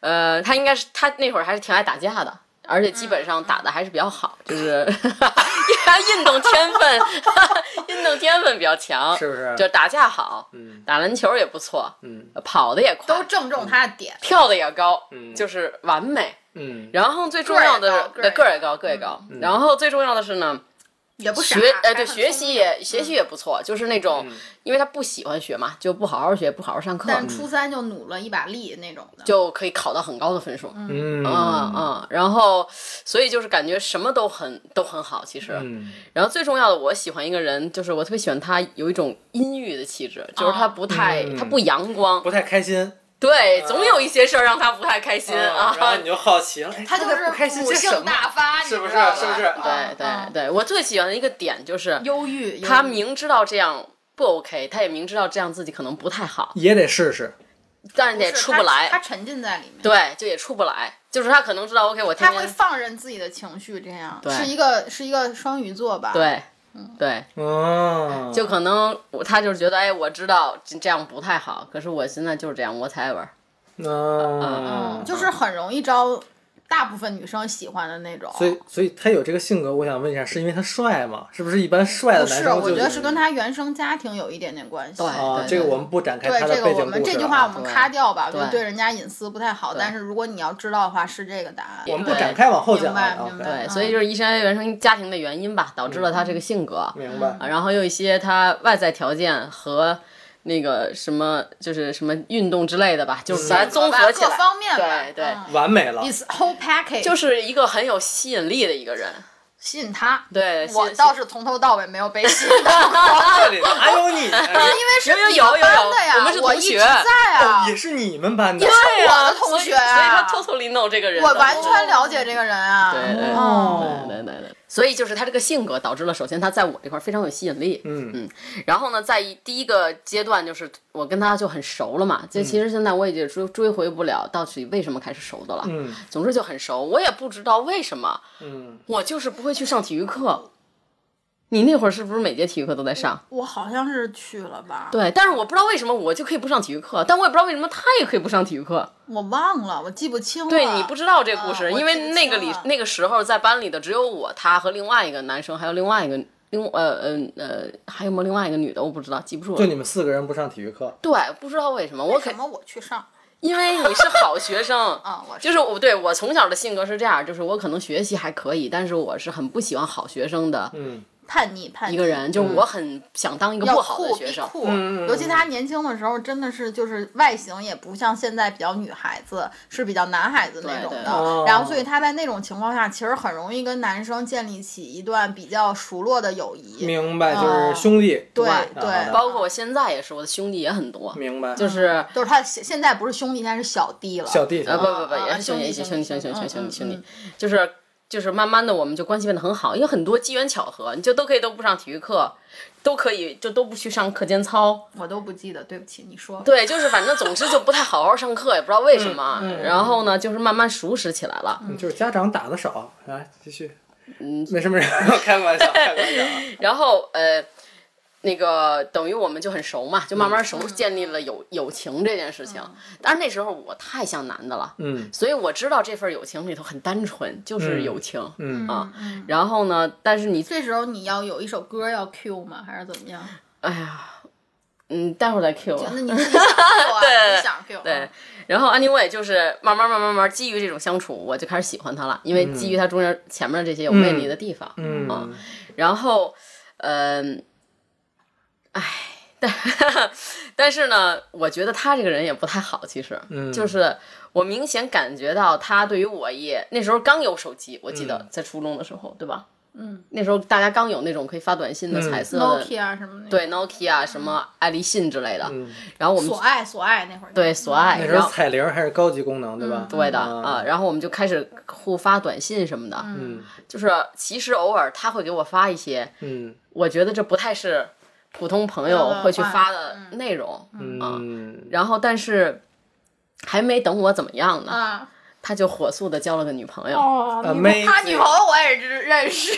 Speaker 1: 呃，他应该是他那会儿还是挺爱打架的，而且基本上打的还是比较好，就是 运动天分， 运动天分比较强，
Speaker 4: 是不是
Speaker 1: 就打架好，
Speaker 4: 嗯
Speaker 1: 打篮球也不错，
Speaker 4: 嗯
Speaker 1: 跑的也快
Speaker 2: 都，正中他的点。
Speaker 1: 跳的也高，
Speaker 4: 嗯
Speaker 1: 就是完美。
Speaker 4: 嗯，
Speaker 1: 然后最重要的
Speaker 2: 个儿也高
Speaker 1: 是个儿也高，个儿也高。然后最重要的是呢，
Speaker 2: 也不傻
Speaker 1: 学，呃
Speaker 2: 还
Speaker 1: 对
Speaker 2: 很
Speaker 1: 学
Speaker 2: 聪
Speaker 1: 习
Speaker 2: 明嗯
Speaker 1: 也学习也不错，就是那种
Speaker 4: 嗯
Speaker 1: 因为他不喜欢学嘛，就不好好学，不好好上课，
Speaker 2: 但初三就努了一把力那种的。
Speaker 1: 嗯就可以考到很高的分数。
Speaker 4: 嗯
Speaker 1: 嗯嗯，然后所以就是感觉什么都很都很好，其实。
Speaker 4: 嗯
Speaker 1: 然后最重要的，我喜欢一个人，就是我特别喜欢他有一种阴郁的气质，就是
Speaker 2: 哦
Speaker 1: 他不太、
Speaker 4: 嗯
Speaker 1: 他不阳光，
Speaker 4: 不太开心，
Speaker 1: 对，总有一些事儿让他不太开心
Speaker 4: 啊
Speaker 1: 啊。
Speaker 4: 然后你就好奇了，哎
Speaker 2: 嗯他就
Speaker 4: 在
Speaker 2: 是
Speaker 4: 不开心
Speaker 2: 母
Speaker 4: 些什
Speaker 2: 性
Speaker 4: 么？
Speaker 2: 大发，你
Speaker 4: 是不是
Speaker 2: 知道吧
Speaker 4: 是不是
Speaker 1: 对对，对，我最喜欢的一个点就是
Speaker 2: 嗯忧郁，
Speaker 1: 他
Speaker 2: 忧郁
Speaker 1: 明知道这样。不 OK，他也明知道这样自己可能不太好，
Speaker 4: 也得试试，
Speaker 1: 但是也
Speaker 2: 是
Speaker 1: 出
Speaker 2: 他
Speaker 1: 不来，
Speaker 2: 他沉浸在里面，
Speaker 1: 对，就也出不来。就是他可能知道，OK，我天
Speaker 2: 他会
Speaker 1: 天
Speaker 2: 放任自己的情绪，这样
Speaker 1: 对
Speaker 2: 是一个是一个双鱼座吧？，
Speaker 1: 对，对，
Speaker 4: 嗯，
Speaker 1: 就可能我他就是觉得，哎，我知道这这样不太好，可是我现在就是这样，whatever。
Speaker 4: 嗯，
Speaker 2: 就是很容易招大部分女生喜欢的那种。
Speaker 4: 所以所以他有这个性格，我想问一下，是因为他帅吗？是不是一般帅的
Speaker 2: 不
Speaker 4: 男
Speaker 2: 是，
Speaker 4: 生
Speaker 2: 我
Speaker 4: 就
Speaker 2: 觉得是跟他原生家庭有一点点关系。
Speaker 1: 对
Speaker 4: 啊，这个我们不展开
Speaker 2: 对
Speaker 4: 他的
Speaker 2: 这个
Speaker 4: 背景
Speaker 2: 我
Speaker 4: 故
Speaker 2: 们
Speaker 4: 事
Speaker 2: 这句
Speaker 4: 啊
Speaker 2: 话我们
Speaker 1: 对
Speaker 2: 咔掉吧，
Speaker 1: 对
Speaker 2: 就对人家隐私不太好。
Speaker 1: 对
Speaker 2: 但是如果你要知道的话，是这个答案。
Speaker 4: 我们不
Speaker 1: 对
Speaker 4: 展开往后讲啊，
Speaker 2: 明白明白
Speaker 1: 对，
Speaker 2: 嗯
Speaker 1: 所以就是一山原生家庭的原因吧，导致了他这个性格。啊
Speaker 4: 嗯明
Speaker 2: 嗯
Speaker 4: 白，
Speaker 1: 然后又一些他外在条件和那个什么，就是什么运动之类的吧，就是咱综合起
Speaker 2: 各
Speaker 1: 来，
Speaker 2: 方面吧，
Speaker 1: 对对
Speaker 2: 嗯
Speaker 4: 完美了，
Speaker 2: ，it's whole package，
Speaker 1: 就是一个很有吸引力的一个人。
Speaker 2: 吸引他。
Speaker 1: 对，
Speaker 2: 我
Speaker 1: 吸
Speaker 2: 倒是从头到尾没有被吸 引到，
Speaker 4: 这里还有你，哎
Speaker 2: 因为是
Speaker 1: 有有
Speaker 2: 你
Speaker 1: 有有有
Speaker 2: 们班的呀，
Speaker 1: 我们是同
Speaker 2: 一直
Speaker 1: 学
Speaker 2: 在啊
Speaker 4: 哦，也是你们班的，
Speaker 1: 对呀、
Speaker 2: 我的同
Speaker 1: 所以
Speaker 2: 学
Speaker 1: 所以他
Speaker 2: 啊
Speaker 1: totally know 这个人的，
Speaker 2: 我完全了解这个人啊。
Speaker 1: 对对
Speaker 2: 哦
Speaker 1: 对对对对，所以就是他这个性格导致了，首先他在我这块儿非常有吸引力，
Speaker 4: 嗯
Speaker 1: 嗯，然后呢，在一第一个阶段就是我跟他就很熟了嘛，就其实现在我已经追追回不了到底为什么开始熟的了，
Speaker 4: 嗯
Speaker 1: 总之就很熟，我也不知道为什么，
Speaker 4: 嗯，
Speaker 1: 我就是不会去上体育课。你那会儿是不是每节体育课都在上？
Speaker 2: 我好像是去了吧，
Speaker 1: 对，但是我不知道为什么我就可以不上体育课，但我也不知道为什么他也可以不上体育课。
Speaker 2: 我忘了，我记不清了。
Speaker 1: 对你不知道这故事，
Speaker 2: 啊我
Speaker 1: 因为那个里
Speaker 2: 记不清了
Speaker 1: 那个时候在班里的只有我，他和另外一个男生，还有另外一个另呃呃呃还有没有另外一个女的，我不知道，记不住
Speaker 4: 就
Speaker 1: 了。
Speaker 4: 你们四个人不上体育课，
Speaker 1: 对，不知道为什么，我
Speaker 2: 为
Speaker 1: 肯
Speaker 2: 什么我去上，
Speaker 1: 因为你是好学生
Speaker 2: 啊？我
Speaker 1: 就是我对我从小的性格是这样，就是我可能学习还可以，但是我是很不喜欢好学生的
Speaker 4: 嗯
Speaker 2: 叛逆叛逆
Speaker 1: 一个人，就我很想当一个
Speaker 2: 嗯要
Speaker 1: 不好的
Speaker 2: 酷
Speaker 1: 学
Speaker 2: 比
Speaker 1: 生。
Speaker 2: 酷
Speaker 4: 嗯嗯嗯，
Speaker 2: 尤其他年轻的时候，真的是就是外形也不像现在比较女孩子，是比较男孩子那种
Speaker 1: 对对
Speaker 4: 哦
Speaker 2: 的。然后，所以他在那种情况下，其实很容易跟男生建立起一段比较熟络的友谊。
Speaker 4: 明白，就是
Speaker 2: 哦
Speaker 4: 兄弟，
Speaker 2: 对
Speaker 4: 啊
Speaker 2: 对
Speaker 1: 包括我现在也是，我的兄弟也很多，
Speaker 4: 明白，
Speaker 1: 就是是
Speaker 2: 就是他现现在不是兄弟，现在是小弟了。
Speaker 4: 小弟，
Speaker 1: 啊
Speaker 4: 小弟
Speaker 1: 不不不，
Speaker 2: 啊
Speaker 1: 也
Speaker 2: 啊
Speaker 1: 是兄弟
Speaker 2: 兄
Speaker 1: 兄弟
Speaker 2: 弟
Speaker 1: 兄弟兄弟
Speaker 2: 兄
Speaker 1: 兄弟
Speaker 2: 弟
Speaker 1: 兄弟
Speaker 2: 嗯
Speaker 1: 兄弟
Speaker 2: 嗯，
Speaker 1: 就是就是慢慢的我们就关系变得很好，因为很多机缘巧合，你就都可以都不上体育课，都可以就都不去上课间操，
Speaker 2: 我都不记得，对不起，你说。
Speaker 1: 对，就是反正总之就不太好好上课，也不知道为什么。然后呢，就是慢慢熟识起来了。
Speaker 4: 就是家长打的少，来继续。嗯，没事 没事，开个玩笑，开个玩笑啊。
Speaker 1: 然后呃，那个等于我们就很熟嘛，就慢慢熟，建立了友友情这件事情。但是那时候我太像男的了，
Speaker 4: 嗯
Speaker 1: 所以我知道这份友情里头很单纯，就是
Speaker 4: 嗯
Speaker 1: 友情。
Speaker 4: 嗯，
Speaker 1: 啊
Speaker 2: 嗯，嗯
Speaker 1: 然后呢，但是你
Speaker 2: 这时候你要有一首歌要 Q 吗？还是怎 么样？
Speaker 1: 哎呀，嗯，待会儿再 Q
Speaker 2: 就
Speaker 1: 啊。
Speaker 2: 那你自己想 Q 啊，
Speaker 1: 对
Speaker 2: 你想 Q 啊。
Speaker 1: 对，然后 anyway 就是慢慢慢慢慢慢基于这种相处，我就开始喜欢他了，因为基于他中间前面这些有魅力的地方，
Speaker 4: 嗯
Speaker 1: 啊，然后，嗯、唉，但但是呢，我觉得他这个人也不太好，其实，
Speaker 4: 嗯
Speaker 1: 就是我明显感觉到他对于我也那时候刚有手机，我记
Speaker 4: 嗯
Speaker 1: 得在初中的时候，对吧？
Speaker 2: 嗯，
Speaker 1: 那时候大家刚有那种可以发短信的
Speaker 4: 嗯
Speaker 1: 彩色的，
Speaker 2: Nokia 啊什么的。
Speaker 1: 对 Nokia 什么爱立信之类的，
Speaker 4: 嗯
Speaker 1: 然后我们
Speaker 2: 索爱索爱那会儿。
Speaker 1: 对索爱，
Speaker 4: 那时
Speaker 1: 然
Speaker 4: 候
Speaker 1: 后
Speaker 4: 彩铃还是高级功能，对吧？
Speaker 1: 对的
Speaker 4: 啊
Speaker 1: 啊，然后我们就开始互发短信什么的，
Speaker 4: 嗯
Speaker 1: 就是其实偶尔他会给我发一些，
Speaker 4: 嗯
Speaker 1: 我觉得这不太是普通朋友会去发的内容，啊
Speaker 4: 嗯
Speaker 1: 然后但是还没等我怎么样呢，
Speaker 2: 啊。
Speaker 1: 他就火速的交了个女朋友，
Speaker 2: 哦
Speaker 4: 你 Amazing
Speaker 2: 他女朋友我也是认识。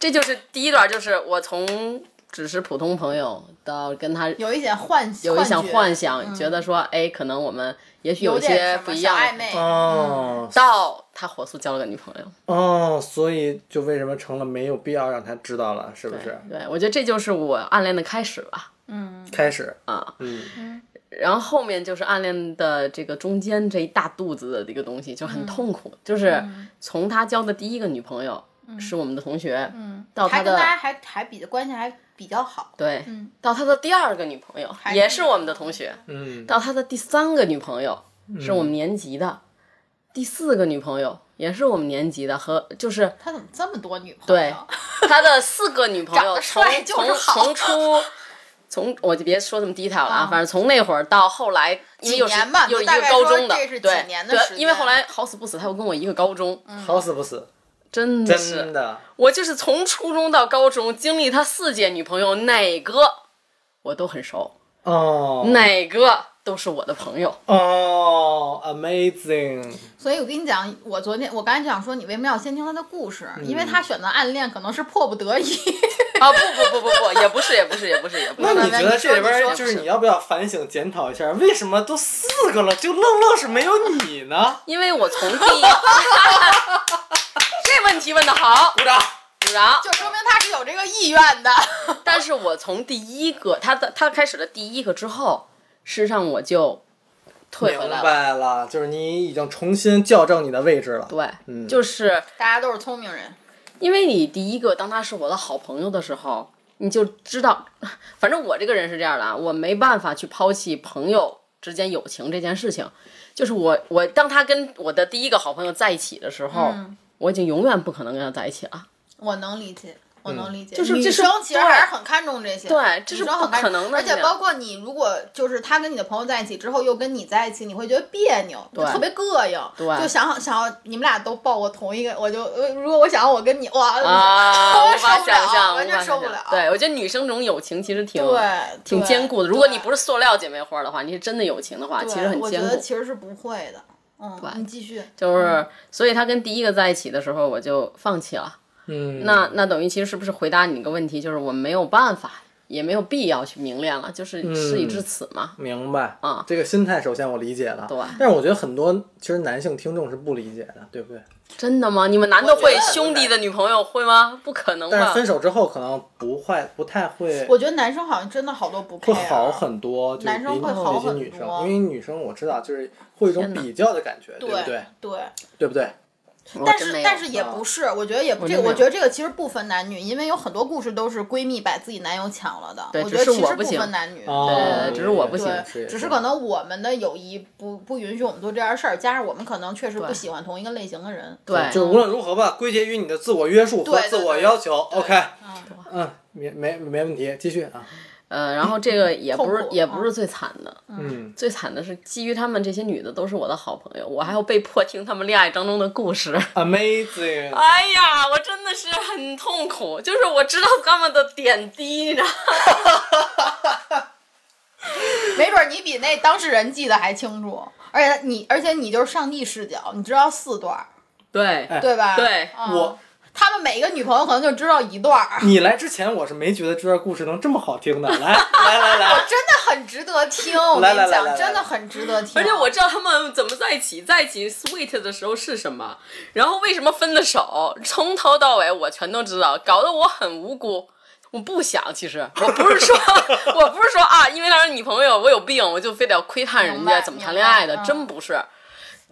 Speaker 1: 这就是第一段，就是我从只是普通朋友到跟他
Speaker 2: 有一点幻
Speaker 1: 有一想
Speaker 2: 觉嗯
Speaker 1: 幻想，觉得说哎，可能我们也许
Speaker 2: 有
Speaker 1: 一些
Speaker 2: 点
Speaker 1: 不一
Speaker 2: 什
Speaker 1: 样
Speaker 2: 么小
Speaker 1: 的嗯
Speaker 2: 暧昧。
Speaker 4: 哦
Speaker 1: 到他火速交了个女朋友，
Speaker 4: 哦，所以就为什么成了没有必要让他知道了，是不
Speaker 2: 啊
Speaker 4: 是？
Speaker 1: 对我觉得这就是我暗恋的开始吧，
Speaker 2: 嗯，
Speaker 4: 开始，
Speaker 1: 啊，
Speaker 4: 嗯
Speaker 1: 然后后面就是暗恋的这个中间这一大肚子的这个东西就
Speaker 2: 嗯
Speaker 1: 很痛苦，就是从他交的第一个女朋友是我们的同学，
Speaker 2: 嗯
Speaker 1: 到他
Speaker 2: 还跟
Speaker 1: 的
Speaker 2: 大家还还比关系还比较好。
Speaker 1: 对，
Speaker 2: 嗯
Speaker 1: 到他的第二个女朋友
Speaker 2: 还是
Speaker 1: 也是我们的同学，
Speaker 4: 嗯
Speaker 1: 到他的第三个女朋友是
Speaker 2: 嗯
Speaker 1: 我们年级的，第四个女朋友也是我们年级的，和就是
Speaker 2: 他怎么这么多女朋
Speaker 1: 对
Speaker 2: 友？
Speaker 1: 他的四个女朋
Speaker 2: 长
Speaker 1: 友
Speaker 2: 得
Speaker 1: 从
Speaker 2: 帅就
Speaker 1: 从
Speaker 2: 是好
Speaker 1: 从出。从我就别说这么 detail 了啊
Speaker 2: 啊，
Speaker 1: 反正从那会儿到后来，因为又是
Speaker 2: 几年吧
Speaker 1: 又是一
Speaker 2: 就大
Speaker 1: 个
Speaker 2: 概
Speaker 1: 高
Speaker 2: 说
Speaker 1: 中的，
Speaker 2: 这是几
Speaker 1: 对
Speaker 2: 年的时
Speaker 1: 对，
Speaker 2: 间嗯
Speaker 1: 因为后来好死不死，他又跟我一个高中，
Speaker 4: 好死不死，
Speaker 1: 真的嗯是
Speaker 4: 真的，
Speaker 1: 我就是从初中到高中经历他四届女朋友，哪个我都很熟，
Speaker 4: 哦
Speaker 1: 哪个都是我的朋友。
Speaker 4: 哦，amazing，
Speaker 2: 所以我跟你讲，我昨天我刚才想说，你为什么要先听他的故事？
Speaker 1: 嗯
Speaker 2: 因为他选择暗恋可能是迫不得已。
Speaker 1: 啊，不不不不不，也不是也不是也不是也不
Speaker 4: 那
Speaker 1: 是。
Speaker 4: 你觉得这里边
Speaker 1: 你说
Speaker 4: 儿
Speaker 1: 你说
Speaker 4: 就是你要不要反省检讨一下，为什么都四个了，就愣愣是没有你呢？
Speaker 1: 因为我从第一， 这问题问的好，
Speaker 4: 鼓掌。
Speaker 1: 鼓掌。
Speaker 2: 就说明他是有这个意愿的。
Speaker 1: 但是我从第一个他的他开始的第一个之后，事实上我就退回
Speaker 4: 明
Speaker 1: 来了。
Speaker 4: 白了，就是你已经重新校正你的位置了。
Speaker 1: 对，
Speaker 4: 嗯
Speaker 1: 就是
Speaker 2: 大家都是聪明人，
Speaker 1: 因为你第一个当他是我的好朋友的时候，你就知道， 反正我这个人是这样的啊，我没办法去抛弃朋友之间友情这件事情。就是我我当他跟我的第一个好朋友在一起的时候，我已经永远不可能跟他在一起了。
Speaker 2: 我能理解。我能理
Speaker 1: 嗯
Speaker 2: 解，
Speaker 1: 就是
Speaker 2: 女
Speaker 1: 这是
Speaker 2: 生其实
Speaker 1: 对
Speaker 2: 还是很看重这些，
Speaker 1: 对这是
Speaker 2: 女生很看
Speaker 1: 不可能的
Speaker 2: 而且
Speaker 1: 这
Speaker 2: 包括你，如果就是他跟你的朋友在一起之后，又跟你在一起，你会觉得别扭，就特别膈应，
Speaker 1: 对
Speaker 2: 就想想要你们俩都抱过同一个，我就呃如果我想要我跟你哇，
Speaker 1: 啊，无
Speaker 2: 受
Speaker 1: 法
Speaker 2: 不
Speaker 1: 想
Speaker 2: 了
Speaker 1: 象，
Speaker 2: 完
Speaker 1: 无
Speaker 2: 全
Speaker 1: 法
Speaker 2: 受
Speaker 1: 想
Speaker 2: 不
Speaker 1: 象
Speaker 2: 了
Speaker 1: 对，我觉得女生这种友情其实挺
Speaker 2: 对，
Speaker 1: 挺
Speaker 2: 对
Speaker 1: 坚固的。如果你不
Speaker 2: 对
Speaker 1: 是塑料姐妹花的话，你是真的友情的话，其实很
Speaker 2: 我觉
Speaker 1: 坚
Speaker 2: 得
Speaker 1: 固。
Speaker 2: 其实嗯是不会的，嗯，你继续，
Speaker 1: 就是，所以他跟第一个在一起的时候，我就放弃了。
Speaker 4: 嗯，
Speaker 1: 那那等于其实是不是回答你一个问题，就是我没有办法，也没有必要去明恋了，就是
Speaker 4: 嗯
Speaker 1: 事已至此嘛。
Speaker 4: 明白
Speaker 1: 啊
Speaker 4: 这个心态首先我理解了，
Speaker 1: 对
Speaker 4: 但是我觉得很多其实男性听众是不理解的，对不对？
Speaker 1: 真的吗？你们男的会兄弟的女朋友会吗？不可能
Speaker 4: 但是
Speaker 1: 吧
Speaker 4: 分？手之后可能不会，不太会
Speaker 2: 我觉得男生好像真的好多不
Speaker 4: 会
Speaker 2: 配、啊，
Speaker 4: 好很多，就是
Speaker 2: 男
Speaker 4: 比
Speaker 2: 生会
Speaker 4: 那
Speaker 2: 好
Speaker 4: 些
Speaker 2: 很
Speaker 4: 女生，
Speaker 2: 多
Speaker 4: 因为女生我知道就是会有一种
Speaker 1: 天哪
Speaker 4: 比较的感觉，对
Speaker 2: 对
Speaker 4: 不对？
Speaker 2: 对
Speaker 4: 对不对？
Speaker 1: 我
Speaker 2: 但
Speaker 1: 真
Speaker 2: 是
Speaker 1: 没有嗯
Speaker 2: 但是也不是，我觉得也不
Speaker 1: 真
Speaker 2: 这，
Speaker 1: 没
Speaker 2: 我
Speaker 1: 有
Speaker 2: 觉得这个其实不分男女，因为有很多故事都是闺蜜把自己男友抢了的，
Speaker 1: 对
Speaker 2: 我
Speaker 1: 只
Speaker 2: 觉得
Speaker 1: 是
Speaker 2: 其
Speaker 1: 我
Speaker 2: 实
Speaker 1: 不行
Speaker 2: 分男女。
Speaker 4: 哦
Speaker 1: 对只是我不行
Speaker 2: 对，只是可能我们的友谊不不允许我们做这样的事儿，加上我们可能确实不喜欢同一个类型的人。
Speaker 1: 对，
Speaker 4: 就是无论如何吧，归结于你的自我约束和
Speaker 2: 对对
Speaker 4: 自我要求。OK，
Speaker 2: 嗯
Speaker 4: 嗯，没没没问题，继续啊。
Speaker 1: 呃，然后这个也不是
Speaker 2: 痛苦啊
Speaker 1: 也不是最惨的，
Speaker 4: 嗯，
Speaker 1: 最惨的是基于他们这些女的都是我的好朋友，我还要被迫听他们恋爱当中的故事。
Speaker 4: amazing，
Speaker 1: 哎呀，我真的是很痛苦，就是我知道他们的点滴，你知道吗。
Speaker 2: 没准儿你比那当事人记得还清楚，而且你，而且你就是上帝视角，你知道四段儿，
Speaker 1: 对
Speaker 4: 哎
Speaker 2: 对吧？
Speaker 1: 对
Speaker 2: 嗯
Speaker 4: 我
Speaker 2: 他们每一个女朋友可能就知道一段儿，
Speaker 4: 你来之前我是没觉得这段故事能这么好听的，来来来来，
Speaker 2: 真的很值得听。我跟
Speaker 4: 来
Speaker 2: 你
Speaker 4: 来来来
Speaker 2: 讲，
Speaker 4: 来
Speaker 2: 真的很值得听。
Speaker 1: 而且我知道他们怎么在一起，在一起 sweet 的时候是什么，然后为什么分的手，从头到尾我全都知道，搞得我很无辜。我不想，其实我不是说， 我不是说啊，因为他是女朋友，我有病，我就非得要窥探人
Speaker 2: 明
Speaker 1: 家
Speaker 2: 白
Speaker 1: 怎么谈恋爱的，
Speaker 2: 明白嗯
Speaker 1: 真不是。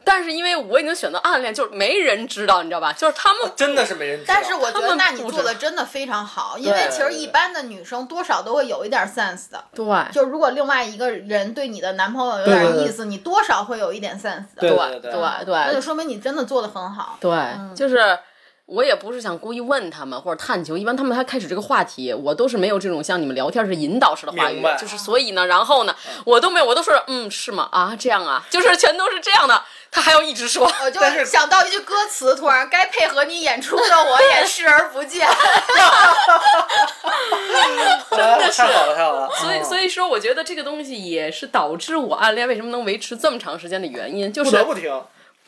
Speaker 1: 但是因为我已经选择暗恋，就是没人知道，你知道吧？就是他们
Speaker 4: 真的是没人知道。
Speaker 2: 但是我
Speaker 1: 他
Speaker 2: 觉得，
Speaker 1: 们
Speaker 2: 那你
Speaker 1: 不
Speaker 2: 做的
Speaker 1: 知
Speaker 2: 真的非常好，因为
Speaker 4: 对
Speaker 2: 其实一般的女生多少都会有一点 sense 的。
Speaker 1: 对
Speaker 2: 就如果另外一个人对你的男朋友有
Speaker 4: 对对
Speaker 2: 点
Speaker 4: 对
Speaker 2: 意思，你多少会有一点 sense 的。
Speaker 4: 对
Speaker 1: 对
Speaker 4: 对
Speaker 1: 对
Speaker 2: 那就
Speaker 1: 对
Speaker 2: 说明你真的做的很好。
Speaker 1: 对，就是我也不是想故意问他们或者探求，一般他们还开始这个话题，我都是没有这种像你们聊天是引导式的话语
Speaker 4: 明白，
Speaker 1: 就是所以呢，然后呢，我都没有，我都说嗯是吗啊这样啊，就是全都是这样的，他还要一直说，
Speaker 2: 我就
Speaker 4: 但是
Speaker 2: 想到一句歌词，突然该配合你演出的我也视而 不见。
Speaker 4: 真的是太好了太好了。
Speaker 1: 所以
Speaker 4: 嗯
Speaker 1: 所以说我觉得这个东西也是导致我暗恋为什么能维持这么长时间的原因，就
Speaker 4: 不
Speaker 1: 是
Speaker 4: 得不听，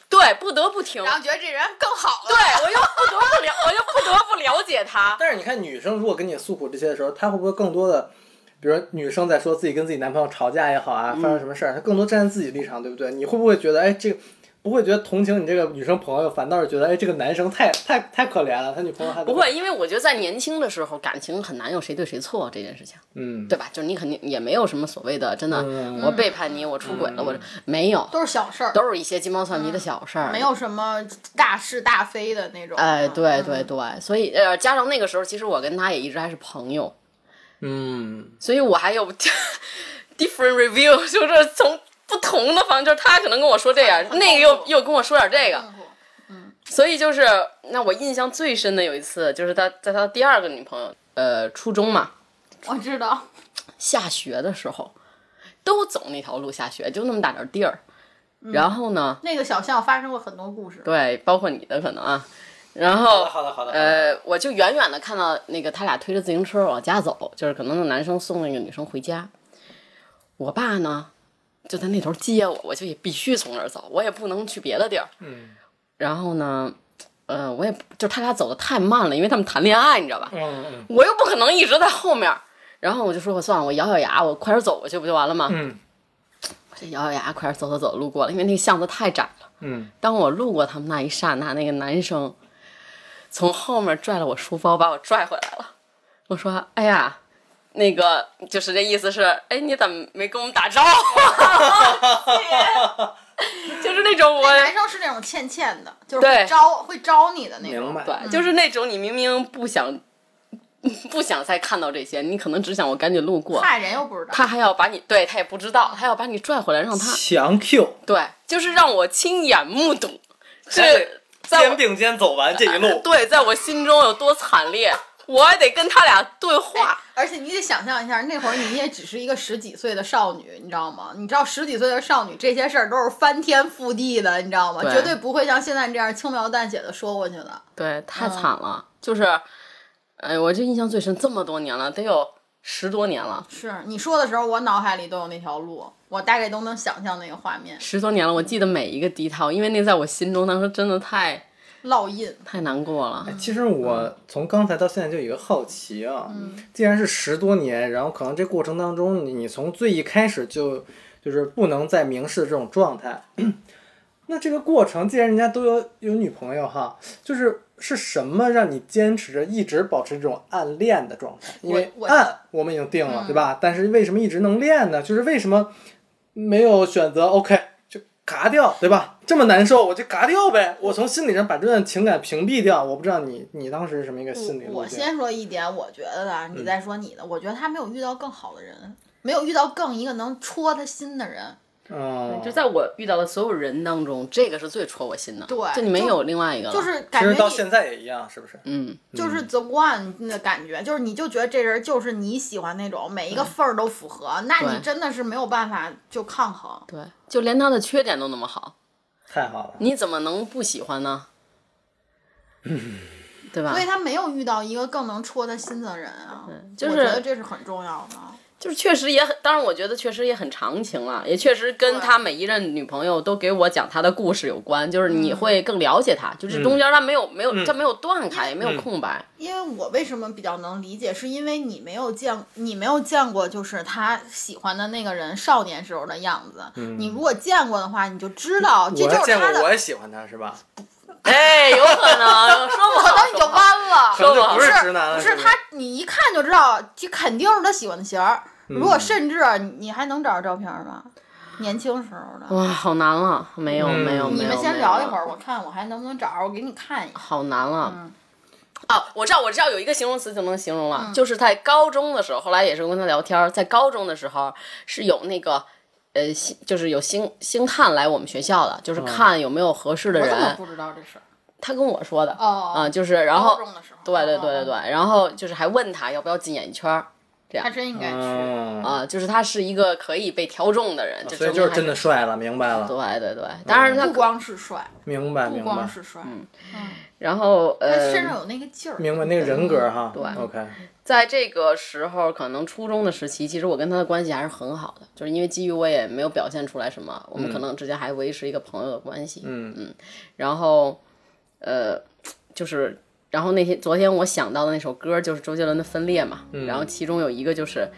Speaker 1: 对不得不听，
Speaker 2: 然后觉得这人更好
Speaker 1: 对
Speaker 2: 了。
Speaker 1: 我又不得不了，我又不得不了解他。
Speaker 4: 但是你看女生如果跟你诉苦这些的时候，她会不会更多的？比如说女生在说自己跟自己男朋友吵架也好
Speaker 1: 嗯
Speaker 4: 啊，发生什么事儿，她更多站在自己立场，对不对？你会不会觉得，哎，这个不会觉得同情你这个女生朋友，反倒是觉得，哎，这个男生太太太可怜了，他女朋友还
Speaker 1: 不，会，因为我觉得在年轻的时候，感情很难有谁对谁错这件事情。
Speaker 4: 嗯，
Speaker 1: 对吧？就是你肯定也没有什么所谓的，真的，
Speaker 4: 嗯
Speaker 1: 我背叛你，我出轨了，我没有，
Speaker 2: 都是小事儿，
Speaker 1: 都是一些鸡毛蒜皮的小事儿，
Speaker 2: 嗯没。有什么大是大非的那种。
Speaker 1: 哎，
Speaker 2: 嗯
Speaker 1: 对对对，所以呃，加上那个时候，其实我跟他也一直还是朋友，
Speaker 4: 嗯，
Speaker 1: 所以我还有 different review，就是 从不同的方，就是他可能跟我说这样，
Speaker 2: 很
Speaker 1: 那个
Speaker 2: 痛
Speaker 1: 又
Speaker 2: 苦嗯
Speaker 1: 又跟我说点这个，
Speaker 2: 痛苦
Speaker 1: 所以就是，那我印象最深的有一次，就是他在他的第二个女朋友，呃，初中嘛，
Speaker 2: 我知道，
Speaker 1: 下学的时候，都走那条路下学，就那么大点儿地儿，
Speaker 2: 嗯
Speaker 1: 然后呢，
Speaker 2: 那个小巷发生过很多故事。
Speaker 1: 对，包括你的可能啊。然
Speaker 4: 好
Speaker 1: 后
Speaker 4: 的，好的好的，
Speaker 1: 呃，我就远远的看到那个他俩推着自行车往家走，就是可能那男生送那个女生回家。我爸呢，就在那头接我，我就也必须从那儿走，我也不能去别的地儿。
Speaker 4: 嗯
Speaker 1: 然后呢，呃，我也不就他俩走的太慢了，因为他们谈恋爱，你知道吧？
Speaker 4: 嗯嗯
Speaker 1: 我又不可能一直在后面儿。然后我就说，我算了，我咬咬牙，我快点走过去不就完了吗？
Speaker 4: 嗯
Speaker 1: 我就咬咬牙，快点走走走，路过了，因为那个巷子太窄了。
Speaker 4: 嗯，
Speaker 1: 当我路过他们那一刹那，那个男生从后面拽了我书包，把我拽回来了。我说：“哎呀，那个就是这意思是，哎，你怎么没跟我们打招呼？” 就是那种我
Speaker 2: 那男生是那种欠欠的，就是
Speaker 1: 对
Speaker 2: 会招会招你的那种。
Speaker 4: 明白，
Speaker 1: 对，就是那种你明明不想不想再看到这些，你可能只想我赶紧路过，
Speaker 2: 害人又不知道。
Speaker 1: 他还要把你对他也不知道，他要把你拽回来，让
Speaker 4: 啊
Speaker 1: 他
Speaker 4: 强 Q，
Speaker 1: 对，就是让我亲眼目睹
Speaker 4: 还得
Speaker 1: 这在我呃
Speaker 4: 并肩走完这一路，
Speaker 1: 对，在我心中有多惨烈，我还得跟他俩对
Speaker 2: 哎
Speaker 1: 话。
Speaker 2: 而且你得想象一下，那会儿你也只是一个十几岁的少女，你知道吗？你知道十几岁的少女这些事儿都是翻天覆地的，你知道吗？
Speaker 1: 对
Speaker 2: 绝对不会像现在这样轻描淡写的说过去的。
Speaker 1: 对，太惨了，就是，哎，我这印象最深，这么多年了，得有十多年了，
Speaker 2: 是你说的时候，我脑海里都有那条路，我大概都能想象那个画面，
Speaker 1: 十多年了，我记得每一个 detail，因为那在我心中当时真的太
Speaker 2: 烙印。
Speaker 1: 太难过了。
Speaker 4: 哎其实我从刚才到现在就有一个好奇啊，既然是十多年，然后可能这过程当中，你你从最一开始就就是不能再明示这种状态， 那这个过程，既然人家都有有女朋友哈，就是是什么让你坚持着一直保持这种暗恋的状态？因为
Speaker 2: 我
Speaker 4: 暗我们已经定了，对吧？但是为什么一直能恋呢？就是为什么没有选择 OK 就嘎掉，对吧？这么难受，我就嘎掉呗。我从心理上把这段情感屏蔽掉。我不知道你你当时是什么一个心理
Speaker 2: 我
Speaker 4: 路嗯
Speaker 2: 我
Speaker 4: 径？
Speaker 2: 先说一点，我觉得的啊，你再说你的。我觉得他没有遇到更好的人，没有遇到更一个能戳他心的人。
Speaker 4: 哦，
Speaker 2: 嗯
Speaker 1: 就在我遇到的所有人当中，这个是最戳我心的。
Speaker 2: 对
Speaker 1: 就你没
Speaker 2: 就
Speaker 1: 有另外一个了。
Speaker 2: 就是感
Speaker 4: 其
Speaker 2: 觉
Speaker 4: 实到
Speaker 2: 你
Speaker 4: 现在也一样，是不是？
Speaker 1: 嗯，
Speaker 2: 就是 the one 的感觉，就是你就觉得这人就是你喜欢那种，每一个缝儿都符合，那
Speaker 1: 对
Speaker 2: 你真的是没有办法就抗衡。
Speaker 1: 对，就连他的缺点都那么好，
Speaker 4: 太好了，
Speaker 1: 你怎么能不喜欢 呢？对啊吧
Speaker 2: 所？以他没有遇到一个更能戳他心的人啊，
Speaker 1: 就是
Speaker 2: 我觉得这是很重要的。
Speaker 1: 就是确实也很，当然我觉得确实也很长情了，也确实跟
Speaker 2: 对
Speaker 1: 他每一任女朋友都给我讲他的故事有关，就是
Speaker 2: 嗯
Speaker 1: 你会更了解他，就是中间他没有没有他没有断开，也没有空 白，
Speaker 2: 因为我为什么比较能理解，是因为你没有见，你没有见过，就是他喜欢的那个人少年时候的样子。你如果见过的话，你就知道这
Speaker 4: 我
Speaker 2: 就
Speaker 4: 要
Speaker 2: 是
Speaker 4: 见
Speaker 2: 他
Speaker 4: 过，我
Speaker 2: 的，
Speaker 4: 也喜欢他，是吧？
Speaker 1: 哎，有可 能说不
Speaker 2: 可
Speaker 1: 好，
Speaker 2: 能你就弯了。
Speaker 4: 可能就
Speaker 1: 我
Speaker 4: 不
Speaker 2: 哦不
Speaker 4: 直男了，
Speaker 2: 不是
Speaker 4: 吧
Speaker 2: 他，你一看就知道，这肯定是他喜欢的型儿。如
Speaker 4: 嗯
Speaker 2: 果甚至啊你你还能找着照片吗？年轻时候的，
Speaker 1: 哇，好难了，没有没有没有，
Speaker 2: 你们
Speaker 1: 没
Speaker 2: 先
Speaker 1: 有
Speaker 2: 聊一会儿，我嗯看我还能不能找着，我给你看一眼。
Speaker 1: 好难了。啊，我知道，我知道有一个形容词就能形容了，
Speaker 2: 嗯
Speaker 1: 就是在高中的时候，后来也是跟他聊天儿，在高中的时候是有那个。呃，星就是有星星探来我们学校的，就是看有没有合适的
Speaker 2: 我
Speaker 1: 人。
Speaker 2: 怎么不知道哦这事儿？
Speaker 1: 他跟我说的，哎啊、
Speaker 2: 哦，
Speaker 1: 就是然
Speaker 2: 高
Speaker 1: 后，
Speaker 2: 中的时候，
Speaker 1: 对对对对
Speaker 2: 哦，
Speaker 1: 对，然后就是还问他要不要进演艺圈儿
Speaker 2: 他真应该去。
Speaker 4: 嗯
Speaker 1: 啊、就是他是一个可以被挑中的人，就
Speaker 4: 哦所以
Speaker 1: 证
Speaker 4: 就
Speaker 1: 明
Speaker 4: 是
Speaker 1: 还
Speaker 4: 真的嗯帅了，明白了，
Speaker 1: 对对对，当然他
Speaker 2: 不光是帅，
Speaker 4: 明白
Speaker 2: 不
Speaker 4: 明白
Speaker 2: 光，是帅，
Speaker 1: 嗯
Speaker 2: 嗯
Speaker 1: 然后
Speaker 2: 他
Speaker 1: 呃，
Speaker 2: 身上有那个劲儿。
Speaker 4: 明白那个人格哈。
Speaker 1: 对
Speaker 4: OK，
Speaker 1: 在这个时候，可能初中的时期，其实我跟他的关系还是很好的，就是因为基于我也没有表现出来什么，我们可能之间还维持一个朋友的关系。
Speaker 4: 嗯
Speaker 1: 然后，呃，就是，然后那天昨天我想到的那首歌就是周杰伦的《分裂》嘛，
Speaker 4: 嗯
Speaker 1: 然后其中有一个就是，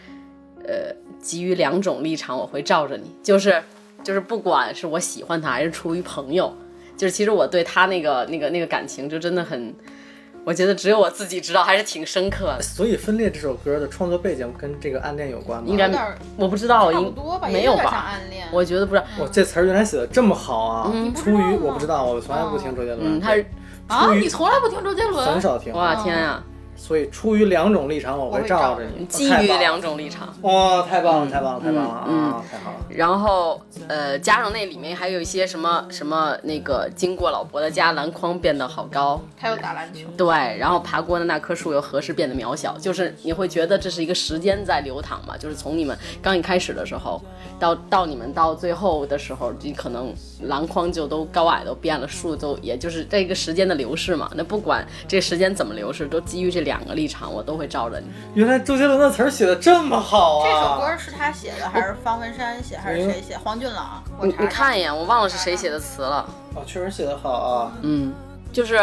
Speaker 1: 呃，基于两种立场，我会罩着你，就是就是不管是我喜欢他还是出于朋友，就是其实我对他那个那个那个感情就真的很。我觉得只有我自己知道，还是挺深刻的。
Speaker 4: 所以《分裂》这首歌的创作背景跟这个暗恋有关吗？
Speaker 1: 应该
Speaker 2: 有点儿
Speaker 1: 我不知道，
Speaker 2: 差不
Speaker 1: 应
Speaker 2: 多吧，
Speaker 1: 嗯没
Speaker 2: 也有
Speaker 1: 有
Speaker 2: 点像
Speaker 1: 吧？
Speaker 2: 暗恋。
Speaker 1: 我觉得不是，
Speaker 4: 哇，这词儿原来写的这么好啊！
Speaker 2: 不知道
Speaker 4: 出于
Speaker 2: 吗
Speaker 4: 我不知道，我从来不听周杰伦，
Speaker 1: 嗯，他是
Speaker 2: 啊，
Speaker 4: 于
Speaker 2: 你从来不听周杰
Speaker 4: 很
Speaker 2: 伦？
Speaker 4: 少听。
Speaker 1: 哇天啊，
Speaker 4: 所以出于两种立场，我
Speaker 2: 我
Speaker 4: 会
Speaker 2: 会
Speaker 4: 罩
Speaker 2: 罩
Speaker 4: 着
Speaker 2: 着
Speaker 4: 你。
Speaker 1: 基于两种立场。
Speaker 4: 哇，太棒了，太棒了，太棒了
Speaker 1: 嗯
Speaker 4: 啊！太好了。
Speaker 1: 然后，呃，加上那里面还有一些什么什么那个，经过老伯的家，篮筐变得好高，
Speaker 2: 还有打篮球，
Speaker 4: 嗯
Speaker 1: 对，然后爬过的那棵树又何时变得渺小？就是你会觉得这是一个时间在流淌吧，就是从你们刚一开始的时候，到到你们到最后的时候，你可能篮筐就都高矮都变了，树都也就是这个时间的流逝嘛。那不管这时间怎么流逝，都基于这两个立场，我都会照着你。
Speaker 4: 原来周杰伦的词儿写的这么好
Speaker 2: 这
Speaker 4: 啊！
Speaker 2: 首歌是他写的，还是方文山写，还
Speaker 4: 嗯
Speaker 2: 是谁写？黄俊朗，我
Speaker 1: 嗯你
Speaker 2: 查
Speaker 1: 你
Speaker 2: 查
Speaker 1: 看一眼，我忘了是谁写的词了。
Speaker 4: 哦，确实写的好啊。
Speaker 1: 嗯，就是，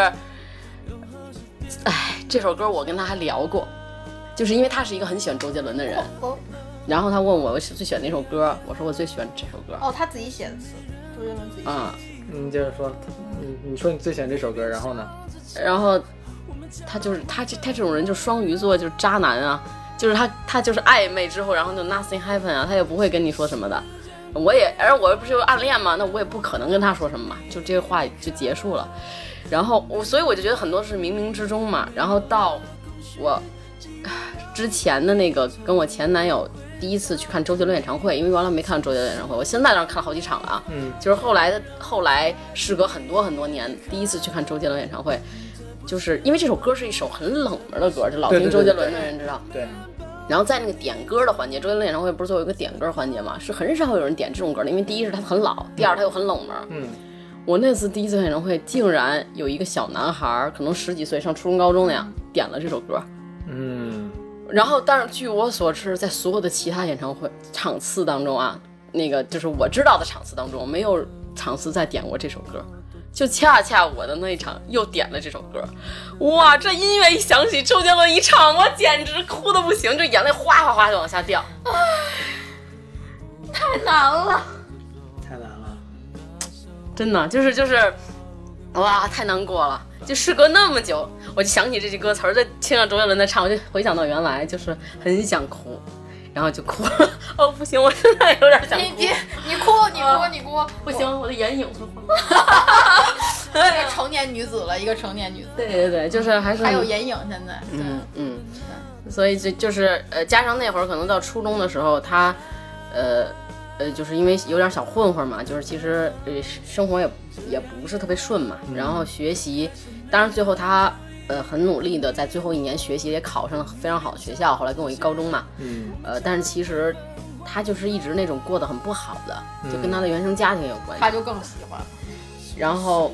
Speaker 1: 哎，这首歌我跟他还聊过，就是因为他是一个很喜欢周杰伦的人，
Speaker 2: 哦
Speaker 1: 然后他问我我最喜欢哪首歌，我说我最喜欢这首歌。
Speaker 2: 哦，他自己写的词，周杰伦自己写的。
Speaker 1: 嗯，
Speaker 4: 你接着说，嗯你你说你最喜欢这首歌，然后呢？
Speaker 1: 然后他就是他这他这种人就双鱼座就是渣男啊，就是他他就是暧昧之后，然后就 nothing happen 啊，他也不会跟你说什么的。我也，而我不是有暗恋嘛，那我也不可能跟他说什么嘛，就这个话就结束了。然后我，所以我就觉得很多是冥冥之中嘛。然后到我唉之前的那个跟我前男友第一次去看周杰伦演唱会，因为原来没看周杰伦演唱会，我现在当然看了好几场了啊。
Speaker 4: 嗯，
Speaker 1: 就是后来的后来，事隔很多很多年，第一次去看周杰伦演唱会，就是因为这首歌是一首很冷门的歌，就老
Speaker 4: 对
Speaker 1: 听
Speaker 4: 对对
Speaker 1: 周杰伦
Speaker 4: 对
Speaker 1: 的人知道。
Speaker 4: 对，
Speaker 1: 然后在那个点歌的环节，周杰伦演唱会不是都有一个点歌环节嘛？是很少有人点这种歌的，因为第一是它很老，第二它又很冷门。
Speaker 4: 嗯，
Speaker 1: 我那次第一次看演唱会，竟然有一个小男孩儿，可能十几岁，上初中高中那样，点了这首歌。
Speaker 4: 嗯，
Speaker 1: 然后，但是据我所知，在所有的其他演唱会场次当中啊，那个就是我知道的场次当中，没有场次再点过这首歌。就恰恰我的那一场又点了这首歌，哇！这音乐一响起，周杰伦一唱，我简直哭的不行，这眼泪哗哗哗就往下掉。
Speaker 2: 太 难了，
Speaker 4: 太难了。
Speaker 1: 真的就是就是，哇，太难过了。就事隔那么久，我就想起这句歌词儿，再听到周杰伦在唱，我就回想到原来就是很想哭，然后就哭了。 哦，不行，我现在有点想
Speaker 2: 你
Speaker 1: 哭
Speaker 2: 别，，你哭，你哭，你哭，
Speaker 1: 不行，我的眼影会晃。
Speaker 2: 一个成年女子了，一个成年女子，
Speaker 1: 对对对，就是还是
Speaker 2: 还有眼影现在，对，
Speaker 1: 嗯嗯，所以就就是呃，加上那会儿可能到初中的时候，他呃。呃，就是因为有点小混混嘛，就是其实呃生活也也不是特别顺嘛，然后学习，当然最后他呃很努力的在最后一年学习也考上了非常好的学校，后来跟我一高中嘛，
Speaker 4: 嗯
Speaker 1: 呃，但是其实他就是一直那种过得很不好的，就跟他的原生家庭有关系。
Speaker 2: 他就更喜欢。
Speaker 1: 然后，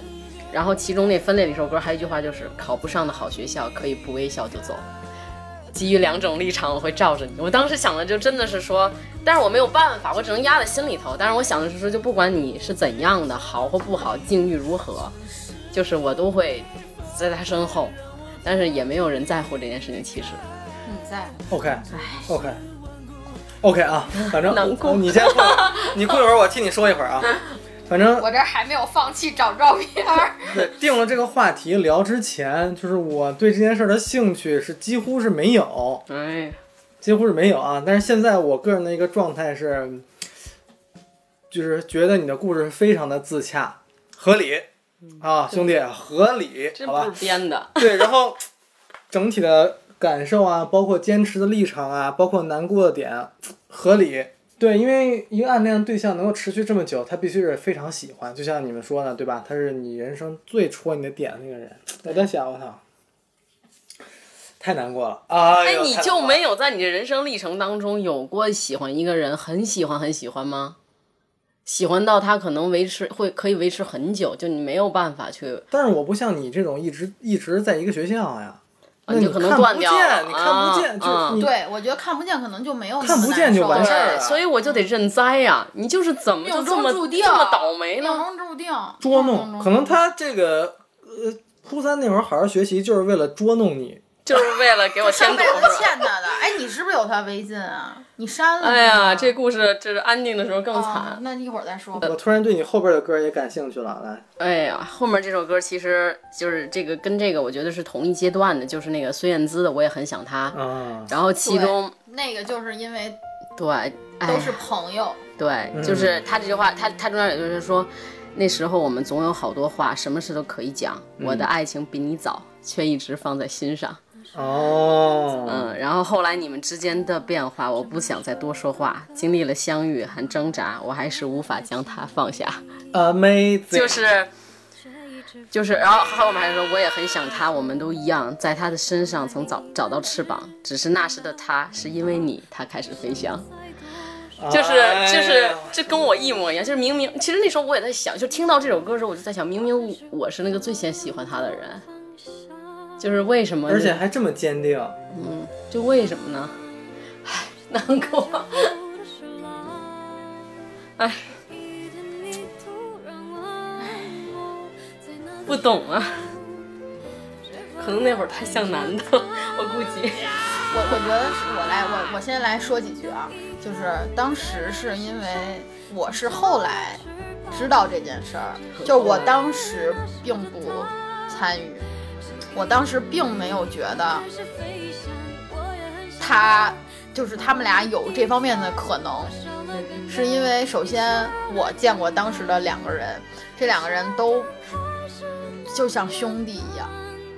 Speaker 1: 然后其中那分类里一首歌还有一句话就是考不上的好学校可以不微笑就走。基于两种立场，我会罩着你。我当时想的就真的是说，但是我没有办法，我只能压在心里头。但是我想的是说，就不管你是怎样的，好或不好，境遇如何，就是我都会在他身后。但是也没有人在乎这件事情，其实。
Speaker 2: 你在
Speaker 4: ，OK OK OK 啊，反正
Speaker 1: 难过
Speaker 4: 你先过会儿，你过一会儿我替你说一会儿啊。反正
Speaker 2: 我这儿还没有放弃找照片儿。
Speaker 4: 对 定了这个话题聊之前，就是我对这件事儿的兴趣是几乎是没有，
Speaker 1: 哎，
Speaker 4: 几乎是没有啊。但是现在我个人的一个状态是，就是觉得你的故事非常的自洽，合理啊，兄弟，合理，
Speaker 1: 这
Speaker 4: 好
Speaker 1: 不
Speaker 4: 吧
Speaker 1: 是？编 的。
Speaker 4: 对，然后整体的感受啊，包括坚持的立场啊，包括难过的点，合理。对，因为一个暗恋的对象能够持续这么久，他必须是非常喜欢，就像你们说的，对吧？他是你人生最戳你的点的那个人。我在想，我操，太难过了。哎
Speaker 1: 哎
Speaker 4: 呦，，
Speaker 1: 你
Speaker 4: 太难
Speaker 1: 就
Speaker 4: 过了
Speaker 1: 没有在你的人生历程当中有过喜欢一个人，很喜欢很喜欢吗？喜欢到他可能维持会可以维持很久，就你没有办法去，
Speaker 4: 但是我不像你这种一直一直在一个学校呀，那
Speaker 1: 哦你就可能断掉了
Speaker 4: 你看不见，你看不见，
Speaker 1: 啊
Speaker 4: 就是你
Speaker 2: 对，我觉得看不见可能就没有那
Speaker 4: 看
Speaker 2: 么
Speaker 4: 不见就完
Speaker 2: 难
Speaker 4: 事
Speaker 2: 受了
Speaker 4: 儿了。
Speaker 1: 所以我就得认栽呀、你就是怎么就
Speaker 2: 命
Speaker 1: 这
Speaker 2: 中
Speaker 1: 么
Speaker 2: 注嗯定，
Speaker 1: 这么倒霉
Speaker 2: 命
Speaker 1: 呢？
Speaker 2: 中注定，
Speaker 4: 捉
Speaker 2: 命
Speaker 4: 弄，
Speaker 2: 中
Speaker 4: 可能他这个呃初三那会儿好好学习，就是为了捉弄你。
Speaker 1: 就是为了给我添
Speaker 2: 上
Speaker 1: 堵
Speaker 2: 辈子
Speaker 1: 是吧？
Speaker 2: 欠他的。哎，你是不是有他微信啊？你删了吗？
Speaker 1: 哎呀，这故事就是安定的时候更
Speaker 2: 啊
Speaker 1: 惨。
Speaker 2: 那一会儿再说。
Speaker 4: 我突然对你后边的歌也感兴趣了，来，
Speaker 1: 哎呀，后面这首歌其实就是这个跟这个我觉得是同一阶段的，就是那个孙燕姿的《我也很想他》，
Speaker 4: 啊，
Speaker 1: 然后其中
Speaker 2: 那个就是因为
Speaker 1: 对，哎
Speaker 2: 都是朋友，
Speaker 1: 对，就是他这句话，他他中间有就是说，那时候我们总有好多话，什么事都可以讲。我的爱情比你早，却一直放在心上。
Speaker 4: 哦，
Speaker 1: 嗯，然后后来你们之间的变化，我不想再多说话。经历了相遇和挣扎，我还是无法将它放下。
Speaker 4: amazing，
Speaker 1: 嗯就是。就是，然后后面还说我也很想他，我们都一样，在他的身上曾找找到翅膀，只是那时的他是因为你，他开始飞翔。就是就是
Speaker 4: 哎，
Speaker 1: 这跟我一模一样，就是明明其实那时候我也在想，就听到这首歌的时候，我就在想，明明我是那个最先喜欢他的人，就是为什么？
Speaker 4: 而且还这么坚定，
Speaker 1: 就为什么呢？唉，难过。唉，不懂啊，可能那会儿太像男的，我估计。
Speaker 2: 我我觉得是我来，我我先来说几句啊，就是当时是因为我是后来知道这件事儿，就我当时并不参与，我当时并没有觉得他就是他们俩有这方面的可能，是因为首先我见过当时的两个人，这两个人都就像兄弟一样，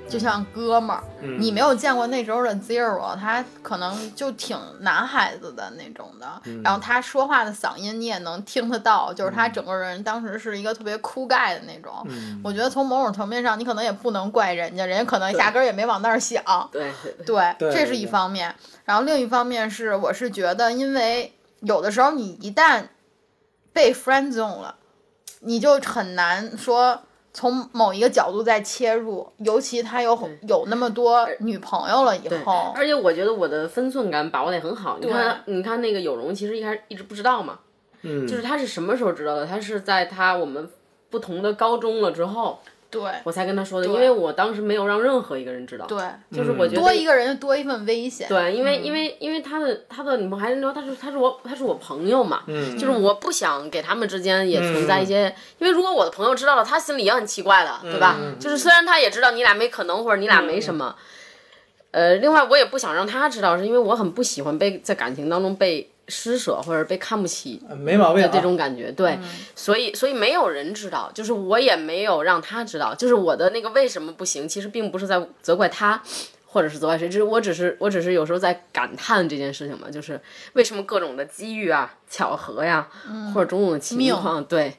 Speaker 2: 就像哥们儿。
Speaker 4: 嗯
Speaker 2: 你没有见过那时候的 Zero，他可能就挺男孩子的那种的，
Speaker 4: 嗯
Speaker 2: 然后他说话的嗓音你也能听得到，就是他整个人当时是一个特别酷盖的那种。
Speaker 4: 嗯
Speaker 2: 我觉得从某种层面上，你可能也不能怪人家，人家可能压根儿也没往那儿想。
Speaker 1: 对对
Speaker 2: 对，
Speaker 4: 对
Speaker 2: 这
Speaker 4: 对
Speaker 2: 是一
Speaker 4: 对
Speaker 2: 方面。然后另一方面是，我是觉得，因为有的时候你一旦被 friend zone 了，你就很难说从某一个角度再切入，尤其他有
Speaker 1: 对
Speaker 2: 有那么多女朋友了以
Speaker 1: 对，
Speaker 2: 后，
Speaker 1: 而且我觉得我的分寸感把握得很好。你
Speaker 2: 哦对
Speaker 1: 看，你看那个有容，其实一开始一直不知道嘛，
Speaker 4: 嗯，
Speaker 1: 就是他是什么时候知道的？他是在他我们不同的高中了之后，
Speaker 2: 对
Speaker 1: 我才跟他说的，
Speaker 2: 对
Speaker 1: 因为我当时没有让任何一个人知道。，
Speaker 2: 对，
Speaker 1: 就是我觉得
Speaker 2: 多一个人就多一份危险。
Speaker 1: 对，因为
Speaker 4: 嗯
Speaker 1: 因为因为他的他的女朋友还是说他是他是我他是我朋友嘛，
Speaker 4: 嗯
Speaker 1: 就是我不想给他们之间也存在一些，因为如果我的朋友知道了，他心里也很奇怪的，对吧？
Speaker 4: 嗯嗯
Speaker 1: 就是虽然他也知道你俩没可能或者你俩没什么，呃，另外我也不想让他知道，是因为我很不喜欢被在感情当中被施舍或者被看不起
Speaker 4: 呃没毛病、
Speaker 1: 的
Speaker 4: 啊，
Speaker 1: 这种感觉，对，所以所以没有人知道，就是我也没有让他知道，就是我的那个为什么不行，其实并不是在责怪他，或者是责怪谁，只是我只是我只是有时候在感叹这件事情嘛，就是为什么各种的机遇啊、巧合呀、
Speaker 4: 嗯
Speaker 1: 或者种种的情
Speaker 2: 命
Speaker 1: 况，对，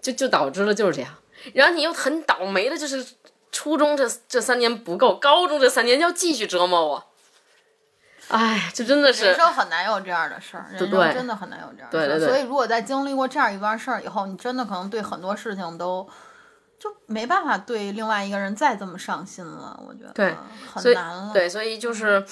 Speaker 1: 就就导致了就是这样。然后你又很倒霉的，就是初中这这三年不够，高中这三年要继续折磨我。哎，这真的
Speaker 2: 人
Speaker 1: 是
Speaker 2: 生很难有这样的事儿，人
Speaker 1: 对
Speaker 2: 生真的很难有这样的
Speaker 1: 对
Speaker 2: 事
Speaker 1: 对
Speaker 2: 儿。
Speaker 1: 对
Speaker 2: 所以，如果在经历过这样一段事儿以后，你真的可能对很多事情都就没办法对另外一个人再这么上心了。我觉得
Speaker 1: 对所
Speaker 2: 很
Speaker 1: 以
Speaker 2: 难了。
Speaker 1: 对，所以就是，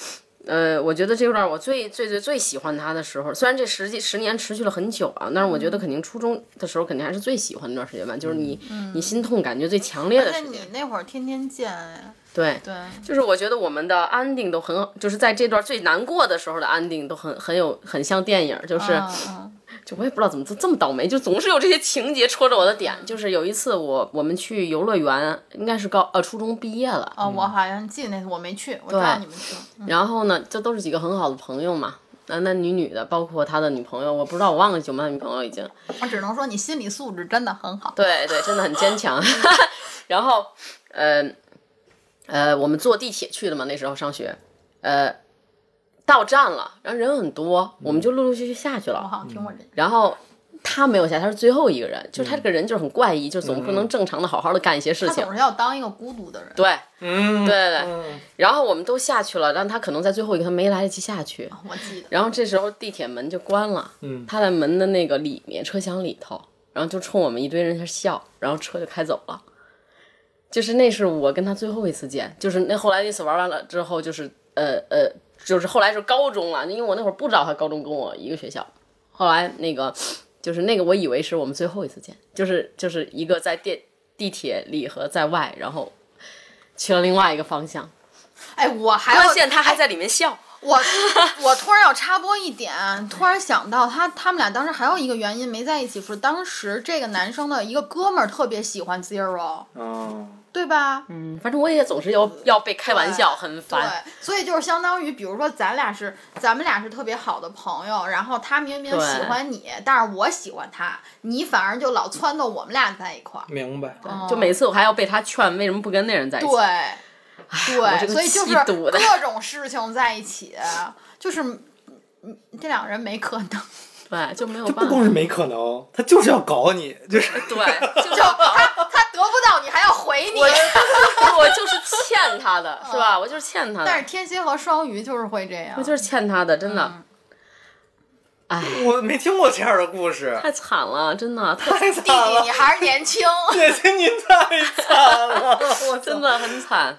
Speaker 1: 呃，我觉得这段我最最最最喜欢他的时候，虽然这实际十年持续了很久啊，但是我觉
Speaker 2: 嗯
Speaker 1: 得肯定初中的时候肯定还是最喜欢那段时间吧，就是你、你心痛感觉最强烈
Speaker 2: 而
Speaker 1: 的
Speaker 2: 且
Speaker 1: 时间
Speaker 2: 你。嗯那会儿天天见，哎
Speaker 1: 对，
Speaker 2: 对，
Speaker 1: 就是我觉得我们的安定都很好，就是在这段最难过的时候的安定都很很有很像电影，就是、
Speaker 2: 嗯嗯
Speaker 1: 就我也不知道怎么这这么倒霉，就总是有这些情节戳着我的点。就是有一次我我们去游乐园，应该是高呃初中毕业了，
Speaker 2: 哦，我好像记那我没去，我知道你们去了。嗯
Speaker 1: 然后呢，这都是几个很好的朋友嘛，男男女女的，包括他的女朋友，我不知道我忘了有没有女朋友已经。
Speaker 2: 我只能说你心理素质真的很好。
Speaker 1: 对对，真的很坚强。 然后，呃，呃，我们坐地铁去的嘛，那时候上学，呃，到站了，然后人很多，我们就陆陆续续下去
Speaker 2: 我
Speaker 1: 了。
Speaker 2: 好像听过这个。
Speaker 1: 然后他没有下，他是最后一个人，就是他这个人就是很怪异，就总不能正常的好好的干一些事
Speaker 2: 他
Speaker 1: 情
Speaker 2: 总。是要当一个孤独的人。
Speaker 1: 对，
Speaker 4: 嗯，
Speaker 1: 对对对
Speaker 4: 嗯
Speaker 1: 然后我们都下去了，但他可能在最后一个，他没来得及下去。
Speaker 2: 我记得。
Speaker 1: 然后这时候地铁门就关了，
Speaker 4: 嗯
Speaker 1: 他在门的那个里面车厢里头，然后就冲我们一堆人在笑，然后车就开走了。就是那是我跟他最后一次见，就是那后来那次玩完了之后，就是呃呃，就是后来是高中了，因为我那会儿不知道他高中跟我一个学校，后来那个就是那个我以为是我们最后一次见，就是就是一个在电地铁里和在外，然后去了另外一个方向，
Speaker 2: 哎，我还
Speaker 1: 发
Speaker 2: 要
Speaker 1: 现他还在里面笑。
Speaker 2: 我我突然要插播一点，突然想到他他们俩当时还有一个原因没在一起，是当时这个男生的一个哥们儿特别喜欢 Zero，
Speaker 4: 哦，
Speaker 2: 对吧？
Speaker 1: 嗯，反正我也总是要要被开玩笑，很烦。
Speaker 2: 对，所以就是相当于，比如说咱俩是咱们俩是特别好的朋友，然后他明明
Speaker 1: 对
Speaker 2: 喜欢你，但是我喜欢他，你反而就老撺掇我们俩在一块儿。嗯
Speaker 4: 明白。
Speaker 1: 嗯就每次我还要被他劝，为什么不跟那人在一起？
Speaker 2: 对，
Speaker 1: 我这
Speaker 2: 对，
Speaker 1: 个
Speaker 2: 所以就是
Speaker 1: 吸毒的
Speaker 2: 各种事情在一起，就是嗯嗯这两个人没可能。
Speaker 1: 对，就没有
Speaker 4: 这不
Speaker 1: 办
Speaker 4: 光
Speaker 1: 法。
Speaker 4: 是没可能，他就是要搞你，就是
Speaker 1: 对，就
Speaker 2: 就他他得不到你还要回你。
Speaker 1: 我我就是欠他 的，是吧？我就是欠他
Speaker 2: 嗯但
Speaker 1: 的，
Speaker 2: 是天蝎和双鱼就是会这样
Speaker 1: 我，就是欠他的，真的。
Speaker 2: 嗯
Speaker 1: 哎，
Speaker 4: 我没听过这样的故事，
Speaker 1: 太惨了，真 的，太
Speaker 4: 太
Speaker 2: 弟
Speaker 4: 惨
Speaker 2: 弟
Speaker 4: 了
Speaker 2: 你，还是年轻，
Speaker 4: 姐姐你太惨了， 我
Speaker 1: 真的很 惨，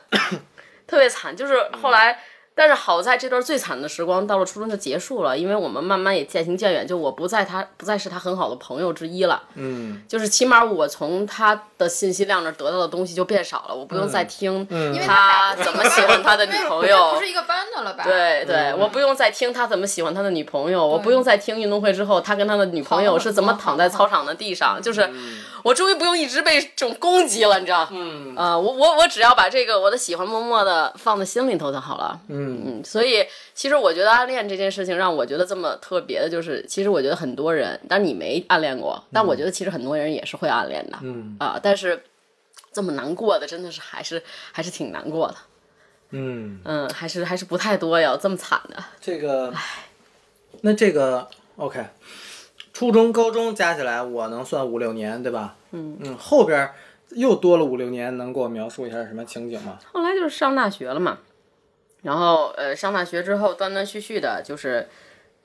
Speaker 1: 特别惨。就是后
Speaker 2: 嗯
Speaker 1: 来，但是好在这段最惨的时光到了初中就结束了，因为我们慢慢也渐行渐远，就我不在他不再是他很好的朋友之一了。
Speaker 4: 嗯
Speaker 1: 就是起码我从他的信息量那儿得到的东西就变少了，我不用再听
Speaker 4: 嗯因
Speaker 2: 为
Speaker 1: 他
Speaker 2: 他
Speaker 1: 怎么喜欢他的女朋友
Speaker 2: 不。是一个班的了吧？，
Speaker 1: 对对，
Speaker 4: 嗯
Speaker 1: 我不用再听他怎么喜欢他的女朋友，我不用再听运动会之后他跟他的女朋友是怎么躺在操场的地上，就是我终于不用一直被这种攻击了，你知道？
Speaker 4: 嗯
Speaker 1: 呃，我我我只要把这个我的喜欢默默的放在心里头就好了。
Speaker 4: 嗯
Speaker 1: 嗯，所以其实我觉得暗恋这件事情让我觉得这么特别的，就是其实我觉得很多人，但你没暗恋过，但我觉得其实很多人也是会暗恋的啊、
Speaker 4: 嗯
Speaker 1: 但是这么难过的，真的是还是还是挺难过的。
Speaker 4: 嗯，
Speaker 1: 嗯，还是还是不太多呀，这么惨的。
Speaker 4: 这个，那这个 OK，初中、高中加起来我能算五六年，对吧？嗯嗯，后边儿又多了五六年，能给我描述一下是什么情景吗？
Speaker 1: 后来就是上大学了嘛，然后呃，上大学之后断断续续的，就是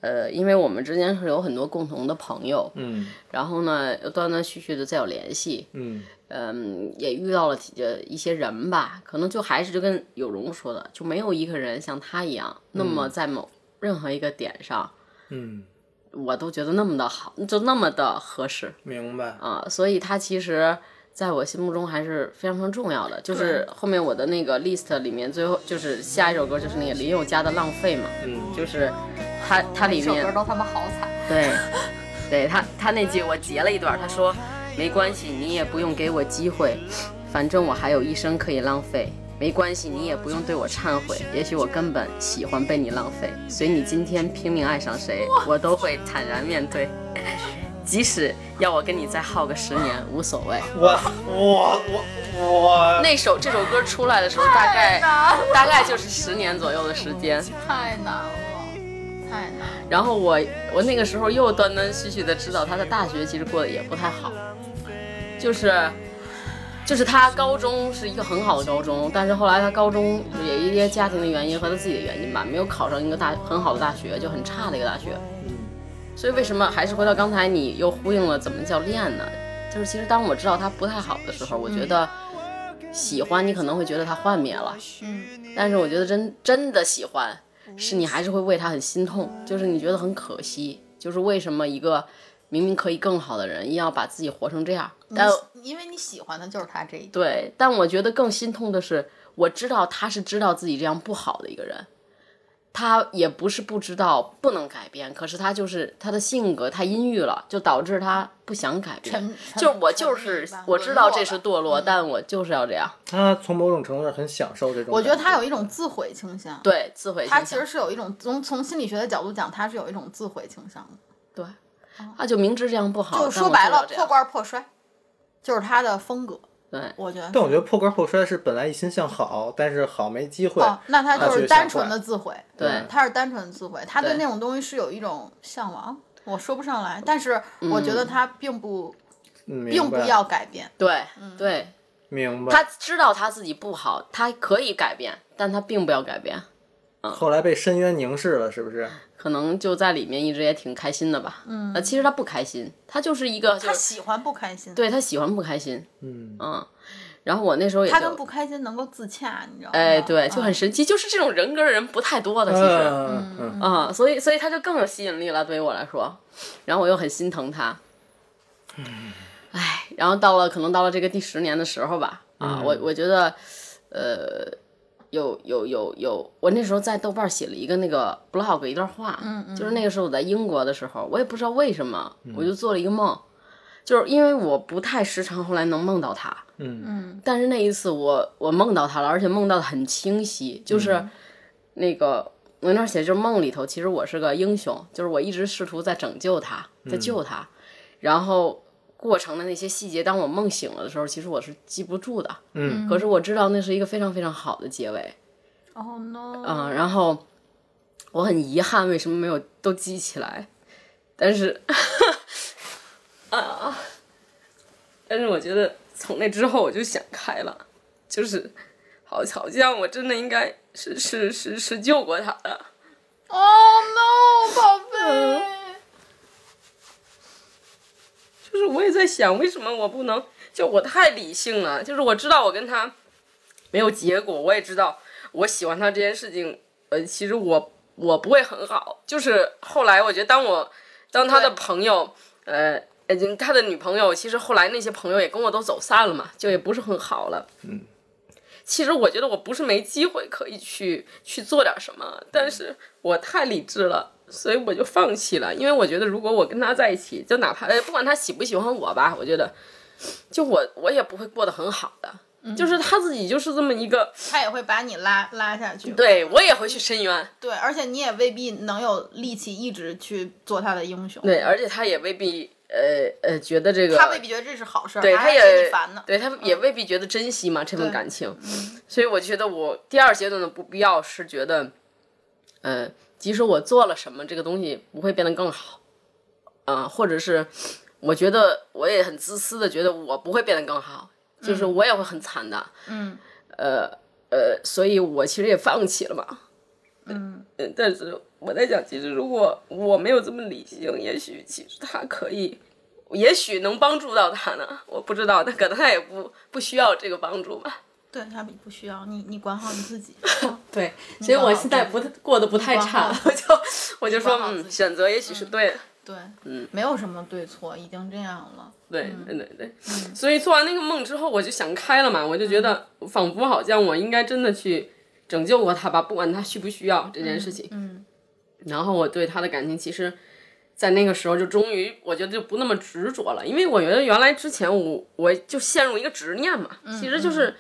Speaker 1: 呃，因为我们之间是有很多共同的朋友，
Speaker 4: 嗯
Speaker 1: 然后呢，又断断续续的再有联系，
Speaker 4: 嗯
Speaker 1: 嗯，也遇到了几呃一些人吧，可能就还是就跟有容说的，就没有一个人像他一样，那么
Speaker 2: 嗯
Speaker 1: 在某任何一个点上，
Speaker 4: 嗯，
Speaker 1: 我都觉得那么的好，就那么的合适
Speaker 4: 明白。
Speaker 1: 啊、所以他其实在我心目中还是非常非常重要的。就是后面我的那个 list 里面，最后就是下一首歌就是那个林宥嘉的《浪费》嘛，
Speaker 4: 嗯，
Speaker 1: 就是他他里
Speaker 2: 这首
Speaker 1: 面
Speaker 2: 歌都他妈好惨。
Speaker 1: 对，对他他那句我截了一段儿，他说没关系，你也不用给我机会，反正我还有一生可以浪费。没关系，你也不用对我忏悔，也许我根本喜欢被你浪费。随你今天拼命爱上谁，我都会坦然面对。即使要我跟你再耗个十年，无所谓。
Speaker 4: 我我我我
Speaker 1: 那首这首歌出来的时候，大概大概就是十年左右的时间。
Speaker 2: 太难了，太难了。
Speaker 1: 然后我我那个时候又断断续续的知道他的大学其实过得也不太好，就是就是他高中是一个很好的高中，但是后来他高中也一些家庭的原因和他自己的原因吧，没有考上一个大很好的大学，就很差的一个大学。
Speaker 4: 嗯
Speaker 1: 所以为什么还是回到刚才你又呼应了怎么叫恋呢？就是其实当我知道他不太好的时候，我觉得喜欢你可能会觉得他幻灭了，
Speaker 2: 嗯，
Speaker 1: 但是我觉得真真的喜欢，是你还是会为他很心痛，就是你觉得很可惜，就是为什么一个明明可以更好的人，硬要把自己活成这样？
Speaker 2: 嗯
Speaker 1: 但
Speaker 2: 你因为你喜欢的就是他这一点。
Speaker 1: 对，但我觉得更心痛的是，我知道他是知道自己这样不好的一个人，他也不是不知道不能改变，可是他就是他的性格太阴郁了，就导致他不想改变
Speaker 2: 沉。沉
Speaker 1: 就是我就
Speaker 2: 沉迷
Speaker 1: 是
Speaker 2: 吧嗯
Speaker 1: 我知道这是
Speaker 2: 沦
Speaker 1: 堕落，但我就是要这样。
Speaker 4: 他从某种程度上很享受这种感。
Speaker 2: 我觉得他有一种自毁倾向。
Speaker 1: 对，自毁倾
Speaker 2: 他
Speaker 1: 向。
Speaker 2: 其实是有一种从从心理学的角度讲，他是有一种自毁倾向的。
Speaker 1: 对，他就明知这样不好，
Speaker 2: 就
Speaker 1: 但
Speaker 2: 说
Speaker 1: 我
Speaker 2: 白
Speaker 1: 就要
Speaker 2: 了，
Speaker 1: 这
Speaker 2: 破
Speaker 1: 样。
Speaker 2: 罐破摔，就是他的风格。
Speaker 1: 对，
Speaker 2: 我觉得
Speaker 4: 但我觉得破罐破摔是本来一心向好，但是好没机会。
Speaker 2: 哦，那他
Speaker 4: 他
Speaker 2: 就
Speaker 4: 去
Speaker 2: 是单
Speaker 4: 想
Speaker 2: 纯
Speaker 4: 坏
Speaker 2: 的自毁，
Speaker 1: 对
Speaker 2: 他是单纯的自毁，他对
Speaker 1: 对
Speaker 2: 那种东西是有一种向往，我说不上来，但是
Speaker 1: 嗯
Speaker 2: 我觉得他并不、
Speaker 4: 嗯，
Speaker 2: 并
Speaker 4: 明
Speaker 2: 不
Speaker 4: 白，
Speaker 2: 要改变，
Speaker 1: 对，
Speaker 2: 嗯
Speaker 1: 对，
Speaker 4: 明
Speaker 1: 他
Speaker 4: 白。
Speaker 1: 知道他自己不好，他可以改变，但他并不要改变，
Speaker 4: 后来被深渊凝视了，是不是？
Speaker 1: 可能就在里面一直也挺开心的吧。嗯，呃，其实他不开心，他就是一个就
Speaker 2: 他
Speaker 1: 是
Speaker 2: 喜欢不开心，
Speaker 1: 对他喜欢不开心，
Speaker 4: 嗯，
Speaker 1: 嗯，然后我那时候也
Speaker 2: 他跟不
Speaker 1: 就
Speaker 2: 开心能够自洽，你知道吗？
Speaker 1: 哎对，就很
Speaker 2: 嗯
Speaker 1: 神奇，就是这种人跟人不太多的，其实
Speaker 4: 嗯嗯，
Speaker 1: 啊，所以所以他就更有吸引力了，对于我来说，然后我又很心疼他，哎，然后到了可能到了这个第十年的时候吧，
Speaker 4: 嗯
Speaker 1: 啊，我我觉得，呃，有有有有，我那时候在豆瓣写了一个那个 blog 一段话，嗯嗯就是那个时候我在英国的时候，我也不知道为什么，
Speaker 4: 嗯
Speaker 1: 我就做了一个梦，就是因为我不太时常后来能梦到他，
Speaker 4: 嗯
Speaker 1: 嗯，但是那一次我我梦到他了，而且梦到的很清晰，就是
Speaker 4: 嗯
Speaker 1: 那个。我那儿写就是梦里头，其实我是个英雄，就是我一直试图在拯救他，在救他，然后过程的那些细节，当我梦醒了的时候，其实我是记不住的。
Speaker 4: 嗯，
Speaker 1: 可是我知道那是一个非常非常好的结尾。
Speaker 2: ，Oh no，、
Speaker 1: 嗯，然后我很遗憾，为什么没有都记起来？但是，啊，但是我觉得从那之后我就想开了，就是好，好像我真的应该是是是是救过他的。
Speaker 2: o h，Oh no，宝贝，
Speaker 1: 就是我也在想，为什么我不能？就我太理性了，就是我知道我跟他没有结果，我也知道我喜欢他这件事情，呃，其实我我不会很好。就是后来我觉得，当我当他的
Speaker 2: 对
Speaker 1: 朋友，呃，已经他的女朋友，其实后来那些朋友也跟我都走散了嘛，就也不是很好了。嗯，其实我觉得我不是没机会可以去去做点什么，但是我太理智了。所以我就放弃了，因为我觉得如果我跟他在一起，就哪怕呃不管他喜不喜欢我吧，我觉得，就我我也不会过得很好的。就是他自己就是这么一个，
Speaker 2: 他也会把你拉拉下去，
Speaker 1: 对我也会去深渊，
Speaker 2: 对，而且你也未必能有力气一直去做他的英雄，
Speaker 1: 对，而且他也未必呃呃觉得这个，
Speaker 2: 他未必觉得这是好事儿，
Speaker 1: 对他
Speaker 2: 他还
Speaker 1: 也
Speaker 2: 替你烦呢，嗯
Speaker 1: 对他也未必觉得珍惜嘛这份
Speaker 2: 对嗯
Speaker 1: 感情，所以我觉得我第二阶段的不必要是觉得，呃，即使我做了什么，这个东西不会变得更好，啊、或者是我觉得我也很自私的觉得我不会变得更好，就是我也会很惨的，
Speaker 2: 嗯，
Speaker 1: 呃呃，所以我其实也放弃了嘛，
Speaker 2: 嗯，
Speaker 1: 呃但是我在想，其实如果我没有这么理性，也许其实他可以，也许能帮助到他呢。我不知道，但可能他也不不需要这个帮助吧。
Speaker 2: 对他不需要你，你管好你自 己。
Speaker 1: 对，所以我
Speaker 2: 管好
Speaker 1: 现在
Speaker 2: 自
Speaker 1: 不过得不太
Speaker 2: 管
Speaker 1: 差，
Speaker 2: 好
Speaker 1: 我就我就说，
Speaker 2: 管好自
Speaker 1: 嗯，
Speaker 2: 己
Speaker 1: 选择也许是对的。
Speaker 2: 对，嗯，没有什么对错，已经这样了。
Speaker 1: 对对对对，所以做完那个梦之后，我就想开了嘛，我就觉得仿佛好像我应该真的去拯救过他吧，不管他需不需要这件事情。
Speaker 2: 嗯，
Speaker 1: 然后我对他的感情，其实，在那个时候就终于，我觉得就不那么执着了，因为我觉得原来之前我我就陷入一个执念嘛，其实就是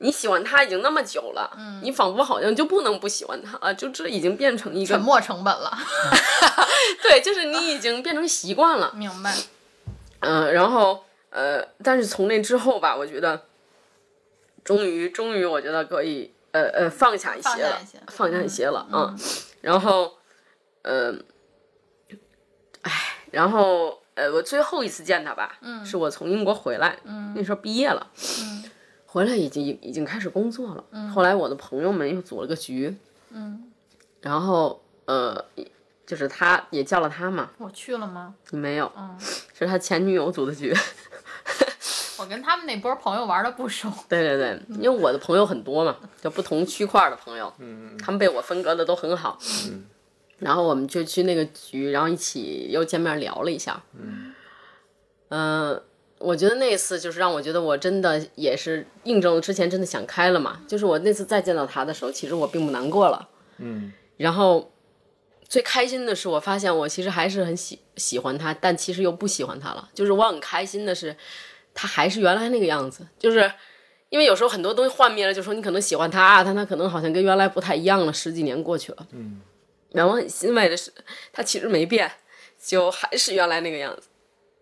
Speaker 1: 你喜欢他已经那么久了，你仿佛好像就不能不喜欢他了，就这已经变成一
Speaker 2: 沉
Speaker 1: 个
Speaker 2: 没成本了，
Speaker 1: 对，就是你已经变成习惯了。
Speaker 2: 明白？
Speaker 1: 嗯、然后呃，但是从那之后吧，我觉得终于终于，我觉得可以呃呃放下一
Speaker 2: 放
Speaker 1: 些了
Speaker 2: 下一些，
Speaker 1: 放下一些了，嗯，然后呃，哎，然后呃，我最后一次见他吧，嗯，是我从英国回来，嗯，那时候毕业了，
Speaker 2: 嗯
Speaker 1: 回来已经已经开始工作了，后来我的朋友们又组了个局，
Speaker 2: 嗯，
Speaker 1: 然后呃，就是他也叫了他嘛，
Speaker 2: 我去了吗？
Speaker 1: 你没有，
Speaker 2: 嗯，
Speaker 1: 是他前女友组的局。
Speaker 2: 我跟他们那波朋友玩的不熟，
Speaker 1: 对对对，因为我的朋友很多嘛，就不同区块的朋友，嗯，他们被我分隔的都很好，
Speaker 4: 嗯，
Speaker 1: 然后我们就去那个局，然后一起又见面聊了一下，嗯，我觉得那次就是让我觉得我真的也是印证了之前真的想开了嘛，就是我那次再见到他的时候，其实我并不难过了，
Speaker 4: 嗯，
Speaker 1: 然后最开心的是，我发现我其实还是很喜喜欢他，但其实又不喜欢他了，就是我很开心的是，他还是原来那个样子，就是。 因为有时候很多东西幻灭了，就说你可能喜欢他啊，但他可能好像跟原来不太一样了。十几年过去了，
Speaker 4: 嗯，
Speaker 1: 然后我很欣慰的是，他其实没变，就还是原来那个样子。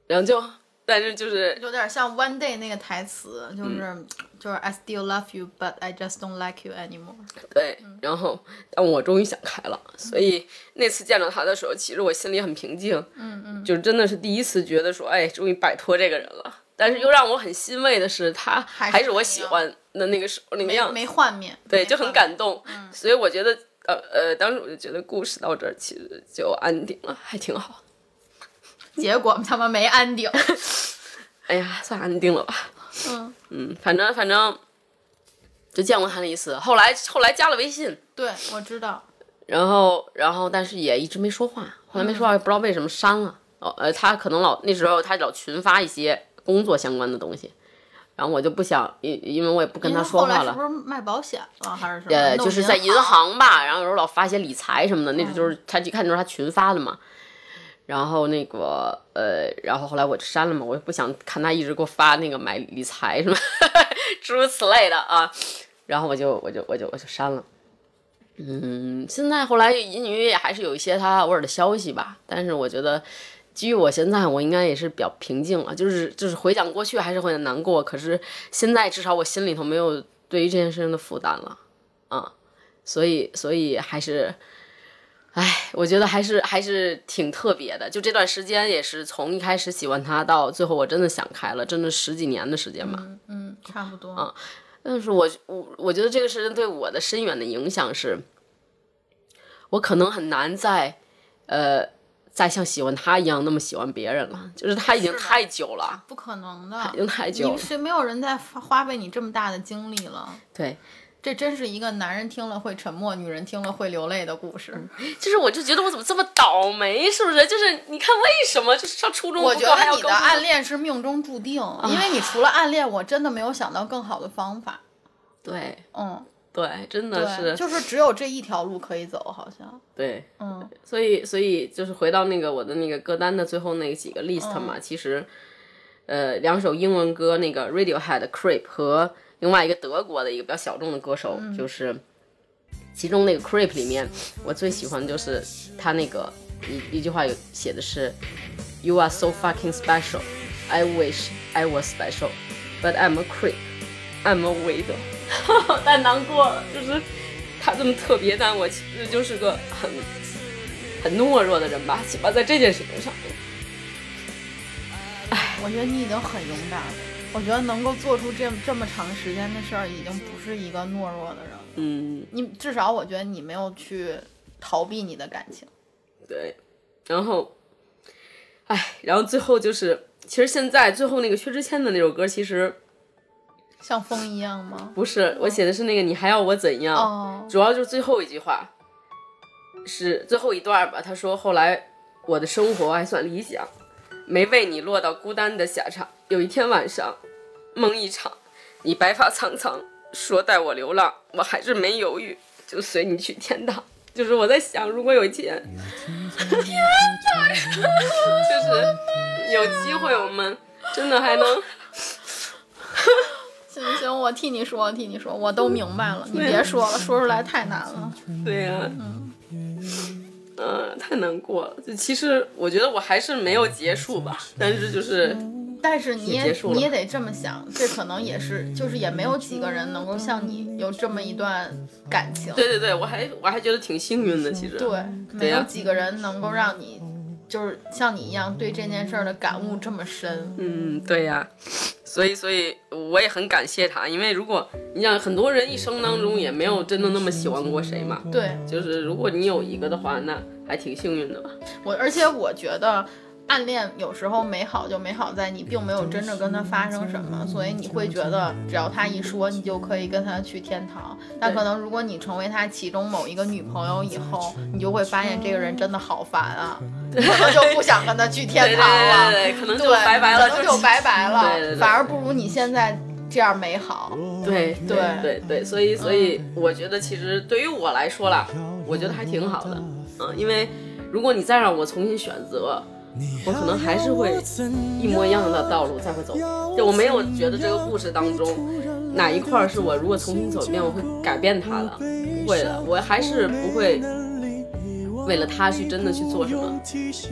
Speaker 1: 然后就，但是就是
Speaker 2: 有点像 One Day 那个台词，
Speaker 1: 嗯
Speaker 2: 就是、就是 I still love you, but I just don't like you anymore。
Speaker 1: 对，
Speaker 2: 嗯
Speaker 1: 然后但我终于想开了，所以那次见到他的时候，其实我心里很平静，嗯嗯，就是真的是第一次觉得说，哎，终于摆脱这个人了。但是又让我很欣慰的是，他
Speaker 2: 还
Speaker 1: 还
Speaker 2: 是
Speaker 1: 是我
Speaker 2: 那
Speaker 1: 喜
Speaker 2: 样
Speaker 1: 欢的那个时候那个
Speaker 2: 没
Speaker 1: 样子，
Speaker 2: 没幻灭，
Speaker 1: 对，
Speaker 2: 没嗯
Speaker 1: 就很
Speaker 2: 幻灭。
Speaker 1: 感动。所以我觉得，呃呃，当时我就觉得故事到这儿其实就安定了，还挺好。
Speaker 2: 结果他妈没安定。
Speaker 1: 哎呀，算安定了吧。
Speaker 2: 嗯，
Speaker 1: 嗯，反正反正就见过他那一次，后来后来加了微信，
Speaker 2: 对，我知道。
Speaker 1: 然后然后但是也一直没说话，后来没
Speaker 2: 嗯
Speaker 1: 说话也不知道为什么删了。哦，呃，他可能老那时候他老群发一些工作相关的东西，然后我就不想，因因为我也不跟他
Speaker 2: 您
Speaker 1: 说
Speaker 2: 后来
Speaker 1: 话
Speaker 2: 是
Speaker 1: 了
Speaker 2: 不。是卖保险了，还是什么？
Speaker 1: 呃，
Speaker 2: 弄
Speaker 1: 就是在银
Speaker 2: 银行。嗯
Speaker 1: 行吧，然后有时候老发一些理财什么的，那时候就是他一看就是他群发的嘛。然后那个呃，然后后来我就删了嘛，我也不想看他一直给我发那个买理财什么 诸如此类的啊，然后我就我就我就我就删了。嗯，现在后来隐隐约约还是有一些他偶尔的消息吧，但是我觉得基于我现在，我应该也是比较平静了，就是就是回想过去还是会很难过，可是现在至少我心里头没有对于这件事情的负担了，啊，所以所以还是，唉，我觉得还是还是挺特别的，就这段时间也是从一开始喜欢他到最后我真的想开了，真的十几年的时间吧，
Speaker 2: 嗯嗯，差不多。
Speaker 1: 但是我我我觉得这个事情对我的深远的影响是，我可能很难再，呃，再像喜欢他一样那么喜欢别人了。就是啊他已经
Speaker 2: 是的
Speaker 1: 太久了，
Speaker 2: 不可能
Speaker 1: 已
Speaker 2: 的，
Speaker 1: 经太久
Speaker 2: 你
Speaker 1: 了。
Speaker 2: 是没有人在花花费你这么大的精力了。
Speaker 1: 对，
Speaker 2: 这真是一个男人听了会沉默，女人听了会流泪的故事。
Speaker 1: 就是我就觉得我怎么这么倒霉，是不是？就是你看为什么就是上初中
Speaker 2: 我
Speaker 1: 不
Speaker 2: 觉
Speaker 1: 够还
Speaker 2: 得
Speaker 1: 要
Speaker 2: 你
Speaker 1: 高
Speaker 2: 的
Speaker 1: 中
Speaker 2: 暗恋是命中注定，
Speaker 1: 啊
Speaker 2: 因为你除了暗恋，我真的没有想到更好的方法。
Speaker 1: 对
Speaker 2: 嗯，
Speaker 1: 对，真的
Speaker 2: 对，
Speaker 1: 是
Speaker 2: 就是只有这一条路可以走，好像。
Speaker 1: 对。
Speaker 2: 嗯，
Speaker 1: 所以，所以就是回到那个我的那个歌单的最后那几个 list 嘛，其实，呃，两首英文歌，那个 Radiohead、Creep 和另外一个德国的一个比较小众的歌手，就是其中那个 Creep 里面，我最喜欢的就是他那个一一句话有写的是 “You are so fucking special, I wish I was special, but I'm a creep, I'm a weirdo”，太难过了，就是他这么特别，但我其实就是个很。很懦弱的人吧，起码在这件事情上。
Speaker 2: 我觉得你已经很勇敢了。我觉得能够做出这这么长时间的事儿，已经不是一个懦弱的人了。
Speaker 1: 嗯，
Speaker 2: 你至少我觉得你没有去逃避你的感情。
Speaker 1: 对。然后，哎，然后最后就是，其实现在最后那个薛之谦的那首歌，其实
Speaker 2: 像风一样吗？
Speaker 1: 不是我写的是那个你还要我怎样，
Speaker 2: 哦，
Speaker 1: 主要就是最后一句话，是最后一段吧。他说后来我的生活还算理想，没为你落到孤单的下场。有一天晚上，梦一场，你白发苍苍，说带我流浪，我还是没犹豫，就随你去天堂。就是我在想，如果有一天，天 哪， 就是有机会，我们真的还能。
Speaker 2: 行行，我替你说，我替你说，我都明白了，你别说了，说出来太难了。
Speaker 1: 对呀、嗯，嗯，太难过了。就其实我觉得我还是没有结束吧，但是就是
Speaker 2: 但是你
Speaker 1: 结
Speaker 2: 也
Speaker 1: 束了
Speaker 2: 你也得这么想，这可能也是，就是也没有几个人能够像你有这么一段感情。
Speaker 1: 对对对，我还我还觉得挺幸运的，其实。
Speaker 2: 对，没
Speaker 1: 呀
Speaker 2: 有几个人能够让你就是像你一样对这件事儿的感悟这么深。
Speaker 1: 嗯，对呀、所以所以我也很感谢他，因为如果你想，很多人一生当中也没有真的那么喜欢过谁嘛，
Speaker 2: 对
Speaker 1: 就是如果你有一个的话，那还挺幸运的吧。
Speaker 2: 我，而且我觉得。暗恋有时候美好就美好在你并没有真正跟他发生什么，所以你会觉得只要他一说，你就可以跟他去天堂。但
Speaker 1: 对
Speaker 2: 可能如果你成为他其中某一个女朋友以后，你就会发现这个人真的好烦啊，你可能就不想跟他去天
Speaker 1: 对对
Speaker 2: 堂了。
Speaker 1: 对对，可能就
Speaker 2: 对，
Speaker 1: 拜拜了，
Speaker 2: 可能
Speaker 1: 就
Speaker 2: 就拜拜了，
Speaker 1: 对对对
Speaker 2: 反而不如你现在这样美好。
Speaker 1: 对
Speaker 2: 对
Speaker 1: 对对，所以所以我觉得其实对于我来说啦，我觉得还挺好的，嗯，因为如果你再让我重新选择，我可能还是会一模一样的道路再会走，就我没有觉得这个故事当中哪一块儿是我如果重新走一遍我会改变它的，不会的，我还是不会为了他去真的去做什么，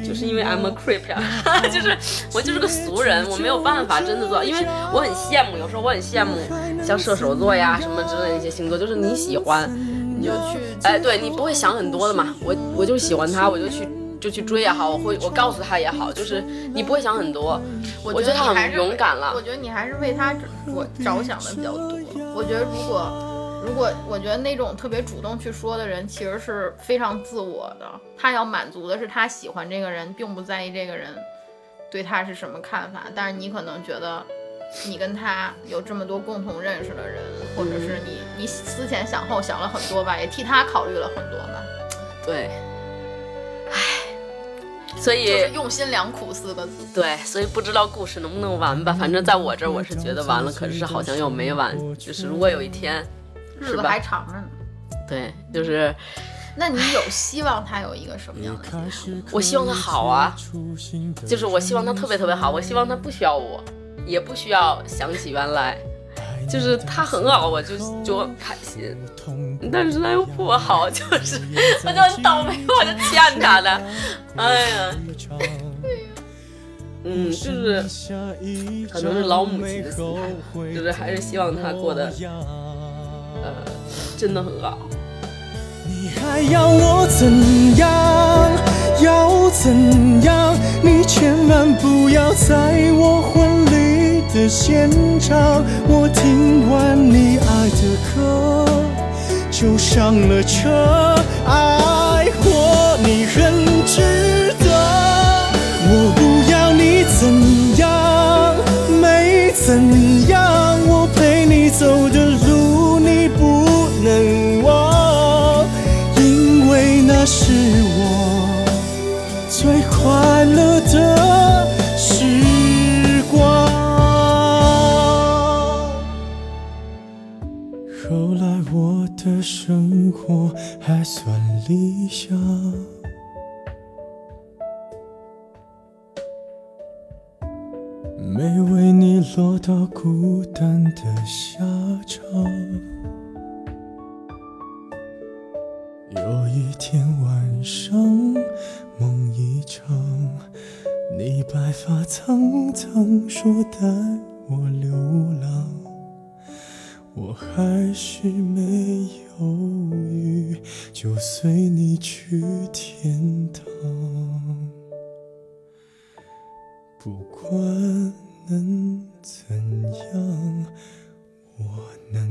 Speaker 1: 就是因为 I'm a creep 呀、 就是我就是个俗人，我没有办法真的做到，因为我很羡慕，有时候我很羡慕像射手座呀什么之类的一些星座，就是你喜欢你就去，哎，对你不会想很多的嘛，我我就喜欢他，我就去。就去追也好，我会我告诉他也好，就是你不会想很多，我
Speaker 2: 觉
Speaker 1: 觉得
Speaker 2: 你
Speaker 1: 他
Speaker 2: 还
Speaker 1: 很
Speaker 2: 是
Speaker 1: 勇敢了
Speaker 2: 我。觉得你还是为他着我着想的比较多。我觉得如果如果我觉得那种特别主动去说的人，其实是非常自我的。他要满足的是他喜欢这个人，并不在意这个人对他是什么看法。但是你可能觉得。你跟他有这么多共同认识的人，或者是你你思前想后想了很多吧，也替他考虑了很多吧。
Speaker 1: 对，唉，所以
Speaker 2: 就是用心良苦四个字。
Speaker 1: 对，所以不知道故事能不能完吧。反正在我这儿，我是觉得完了，可是好像又没完。就是如果有一天，
Speaker 2: 日
Speaker 1: 是
Speaker 2: 子
Speaker 1: 吧
Speaker 2: 还长着呢。
Speaker 1: 对，就是
Speaker 2: 那你有希望他有一个什么样的一个？
Speaker 1: 我希望他好啊，就是我希望他特别特别好，我希望他不需要我，也不需要想起原来，就是他很好，啊我就就很开心。但是他又不好，就是我就很倒霉，我就欠他的，哎呀，嗯，就是可能是老母亲的心态，就是还是希望他过得呃真的很好。
Speaker 3: 你还要我怎样？要怎样？你千万不要在我婚礼的现场，我听完你爱的歌就上了车，爱过你很值得。我不要你怎样，没怎样，我陪你走的路你不能忘，因为那是我最快乐的时光。后来我的生活还算理想。没为你落到孤单的下场。有一天晚上，梦一场，你白发苍苍说带我流浪，我还是没犹豫，就随你去天堂。不管能怎样，我能